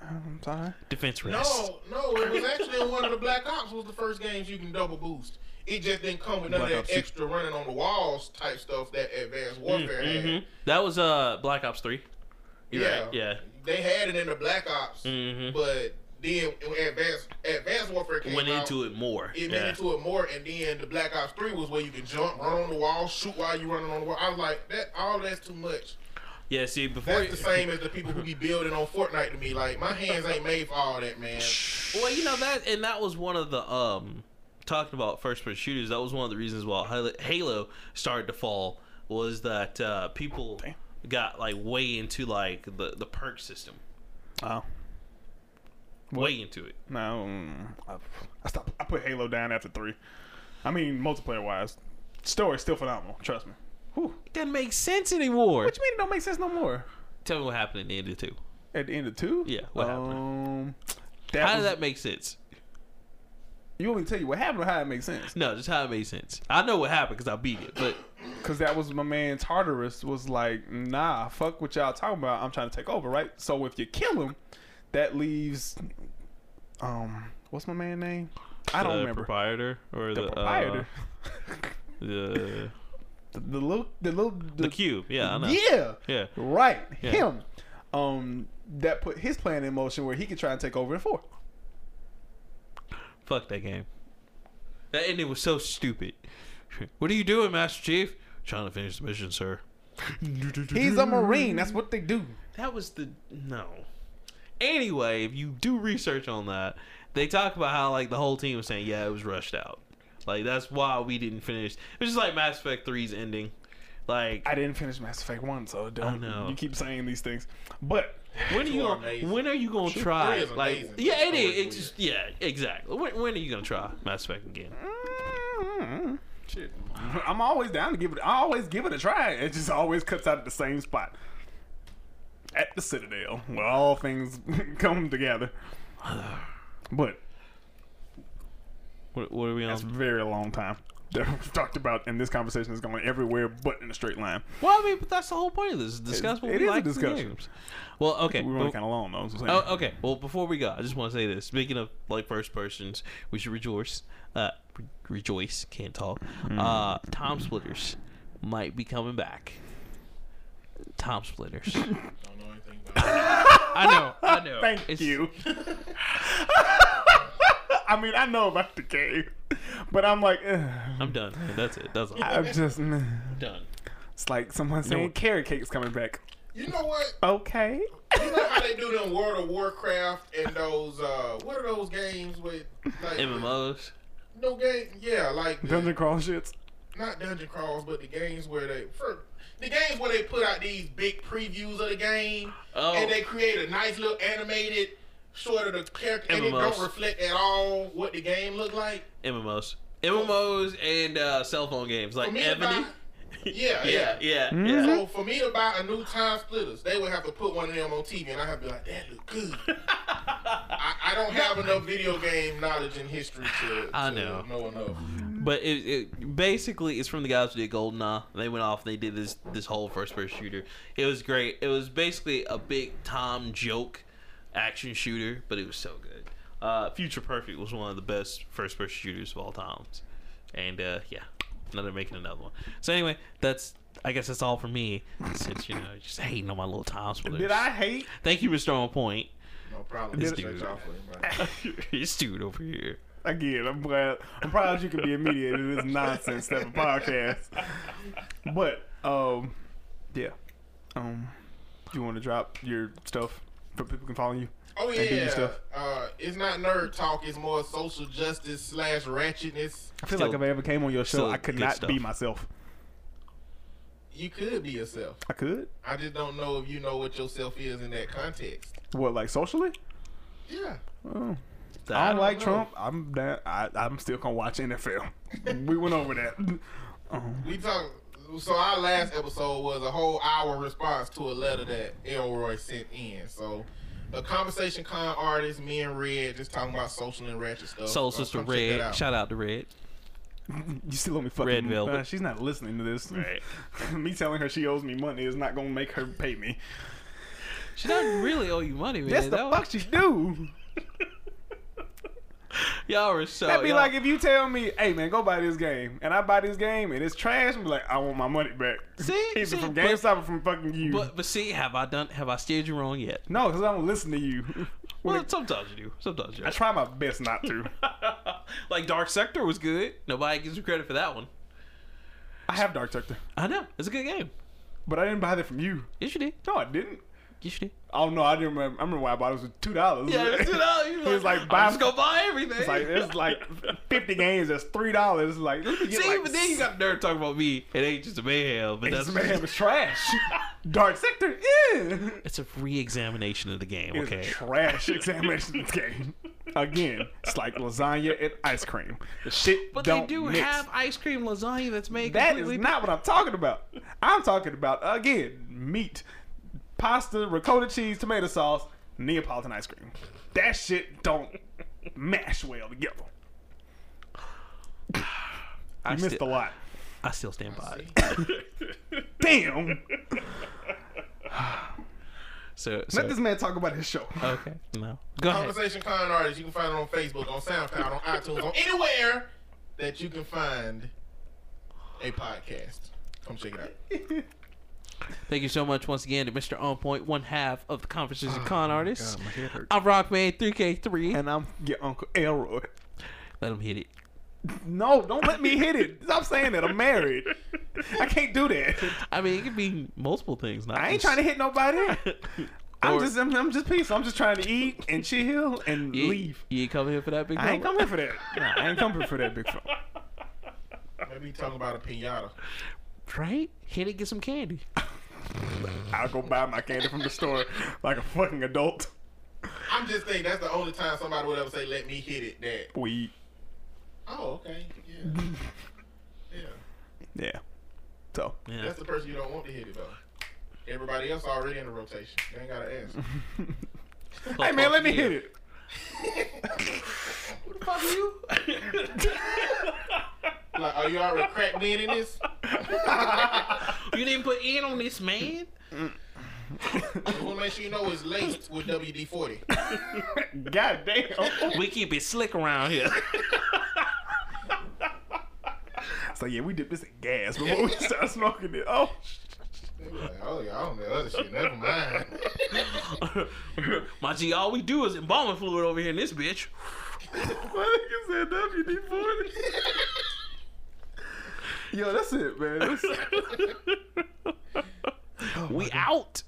I'm sorry.
Defense rest.
No, no, it was actually in one of the Black Ops was the first games you can double boost. It just didn't come with none
Black
of that
Ops six.
extra running on the walls type stuff that Advanced Warfare had.
Mhm. That was uh Black Ops Three. You're
Yeah.
right. Yeah.
They had it in the Black Ops,
Mhm.
but then when Advanced Advanced Warfare came
Went
out,
into it more.
it went
yeah.
into it more, and then the Black Ops Three was where you can jump, run on the wall, shoot while you running on the wall. I was like, that all that's too much.
yeah. See, before
That's the same as the people who be building on Fortnite to me. Like my hands ain't made for all that, man.
Well, you know that, and that was one of the um talking about first person shooters. That was one of the reasons why Halo- Halo started to fall was that uh, people got like way into like the the perk system,
Oh.
way into it.
No, mm, I, I stopped. I put Halo down after three. I mean, multiplayer wise, story's still phenomenal. Trust me. Whew.
It doesn't make sense anymore.
What you mean it don't make sense no more?
Tell me what happened in the end of two.
At the end of two?
Yeah, what happened?
Um, that
How
was,
does that make sense?
You want me to tell you what happened or how it makes sense?
No, just how it made sense. I know what happened because I beat it, but
Because that was my man Tartarus was like, nah, fuck what y'all talking about. I'm trying to take over, right? So if you kill him, that leaves, um, what's my man name? I don't
the
remember.
proprietor or
the
the,
proprietor.
uh, the
the, the little, the little,
the cube. Yeah, I know.
yeah.
yeah.
Right,
Yeah.
him. Um, that put his plan in motion where he could try and take over in four.
Fuck that game. That ending was so stupid. What are you doing, Master Chief? Trying to finish the mission, sir.
He's a marine. That's what they do.
That was the no. Anyway, if you do research on that, they talk about how like the whole team was saying, yeah, it was rushed out. Like that's why we didn't finish. It was just like Mass Effect 3's ending. Like
I didn't finish Mass Effect One, so don't.
know.
You keep saying these things, but
when are you
Two are
gonna,
amazing.
when are you gonna
Two
try?
is
Like
amazing.
yeah, it
Two
is.
is
It's just yeah, exactly. When, when are you gonna try Mass Effect again?
mm, shit, I'm always down to give it. I always give it a try. It just always cuts out at the same spot, at the Citadel, where all things come together. But
What, what are we on?
that's a very long time. That we've talked about, and this conversation is going everywhere but in a straight line.
Well, I mean, but that's the whole point of this. is Discuss what
it
we
is a
like in
discussion.
games. Well, okay.
We were
but-
kind of long though. so-
oh, okay. Well, before we go, I just want to say this. Speaking of like first persons, we should rejoice. Uh, re- rejoice. Can't talk.
Hmm.
Uh, Tom Splitters might be coming back. Tom Splitters.
Don't know anything about it.
I know. I know.
Thank
It's-
you. I mean, I know about the game, but I'm like, ugh,
I'm done. man. That's it. That's all.
I'm just. mm.
done.
It's like someone saying carrot cake's coming back.
You know what?
Okay.
You know how they do them World of Warcraft and those uh what are those games with like
MMOs.
No game yeah, like the-
Dungeon crawl shits.
not dungeon crawls, but the games where they for, the games where they put out these big previews of the game
Oh.
and they create a nice little animated sort of the character and it
MMOs.
don't reflect at all what the game looked like.
MMOs. MMOs and uh, cell phone games like
For me to
Ebony.
buy- Yeah,
Yeah.
yeah.
Yeah.
Mm-hmm.
Yeah.
So for me to buy a new time splitters, they would have to put one of them on TV, and I have to be like, "That look good." I, I don't have enough video game knowledge and history to,
I
to
know.
enough.
But it, it basically it's from the guys who did Goldeneye. They went off. They did this this whole first person shooter. It was great. It was basically a big Tom joke action shooter, but it was so good. Uh, Future Perfect was one of the best first person shooters of all times, and uh, yeah, now they're making another one. So anyway, that's I guess that's all for me. Since you know, just hating on my little time splitters.
Did I hate?
Thank you, Mr. On Point.
No problem.
This
Shut
dude.
y'all for him,
this dude over here.
Again, I'm glad. I'm proud you can be a mediator in this nonsense type of podcast. But um, yeah. Um, you want to drop your stuff so people can follow you?
Oh
They do your
yeah,
stuff.
uh, it's not nerd talk. It's more social justice slash ratchetness.
I feel
Still-
like if I ever came on your show,
still
I could
good
not
stuff.
be myself.
You could be yourself.
I could.
I just don't know if you know what yourself is in that context.
What, like socially?
Yeah.
Oh.
That-
I don't like
know.
Trump. I'm down. I, I'm still gonna watch NFL. we went over that. Um,
We talk. So our last episode was a whole hour response to a letter that Elroy sent in. So a conversation con artist, me and Red, just talking about social and ratchet stuff.
Soul
So
Sister
come check that
Red.
out.
Shout out to Red.
you still owe me fucking.
Red Velvet.
Uh, she's not listening to this.
Right.
me telling her she owes me money is not gonna make her pay me.
She doesn't really owe you money, man.
That's the
That
fuck she do.
was- Y'all are so.
That'd be
Oh, y'all-
like if you tell me, "Hey man, go buy this game," and I buy this game and it's trash. I'm like, I want my money back.
See?
Either
See?
from
But-
GameStop or from fucking you.
But but see, have I done? Have I steered you wrong yet?
no, because I don't listen to you. When
Well,
it-
sometimes you do. Sometimes you.
I
do
try my best not to.
like Dark Sector was good. Nobody gives you credit for that one.
I have Dark Sector,
I know it's a good game.
but I didn't buy that from you.
Yes, you did.
No, I didn't.
Yes, you did.
Oh no, I didn't remember. I remember why I bought it. It was two dollars.
Yeah, it's you know, you
It's like,
like, I'm
buy-
just gonna buy everything.
It's like it's like fifty games. That's three dollars. Like let me get
See,
like,
but then you got nerd talking about me. It ain't just a mayhem, but
this
that's
man was trash. Dark Sector, yeah.
It's a re-examination of the game.
It's
Okay,
a trash examination game. Again, it's like lasagna and ice cream. The shit
but
don't
they do
mix.
have ice cream lasagna that's made
That is
completely.
not what I'm talking about. I'm talking about again meat, pasta, ricotta cheese, tomato sauce, Neapolitan ice cream. That shit don't mash well together. I missed
still-
a lot.
I still stand by it.
Damn.
So, so
Let this man talk about his show.
okay, no, go ahead.
Conversation con artist. You can find it on Facebook, on SoundCloud, on iTunes, on anywhere that you can find a podcast. Come check it out.
Thank you so much once again to Mr. On Point, one half of the Conferences
Oh
of Con Artists.
my head hurts.
I'm Rockman 3K3.
And I'm your Uncle Elroy.
Let him hit it.
No, don't let me hit it. Stop saying that. I'm married. I can't do that.
I mean, it could be multiple things. Not
I ain't
just-
trying to hit nobody. I'm
Or-
just I'm, I'm just peaceful. I'm just trying to eat and chill and
You-
leave.
You ain't come here for that big.
I ain't
number?
coming for that. Nah, I ain't coming for that big fella.
Maybe talking about a pinata.
Right? Hit it. Get some candy.
I'll go buy my candy from the store like a fucking adult.
I'm just thinking that's the only time somebody would ever say, "Let me hit it." That.
Weed.
Oh, okay. Yeah. yeah.
Yeah. So
Yeah.
That's the person you don't want to hit it though. Everybody else already in the rotation. They ain't gotta ask.
Hey man, let me hit
Yeah.
it.
Who the fuck are you? like, are you already cracked being in this?
You didn't put in on this, man.
Just wanna make sure you know it's laced with WD forty.
God damn.
We keep it slick around here.
So yeah, we did this in gas before we started smoking it. Oh
Like, oh yeah, I don't know other shit. Never mind.
My G, all we do is embalming fluid over here in this bitch.
My nigga said WD forty. Yo, that's it, man. That's- Oh
we out.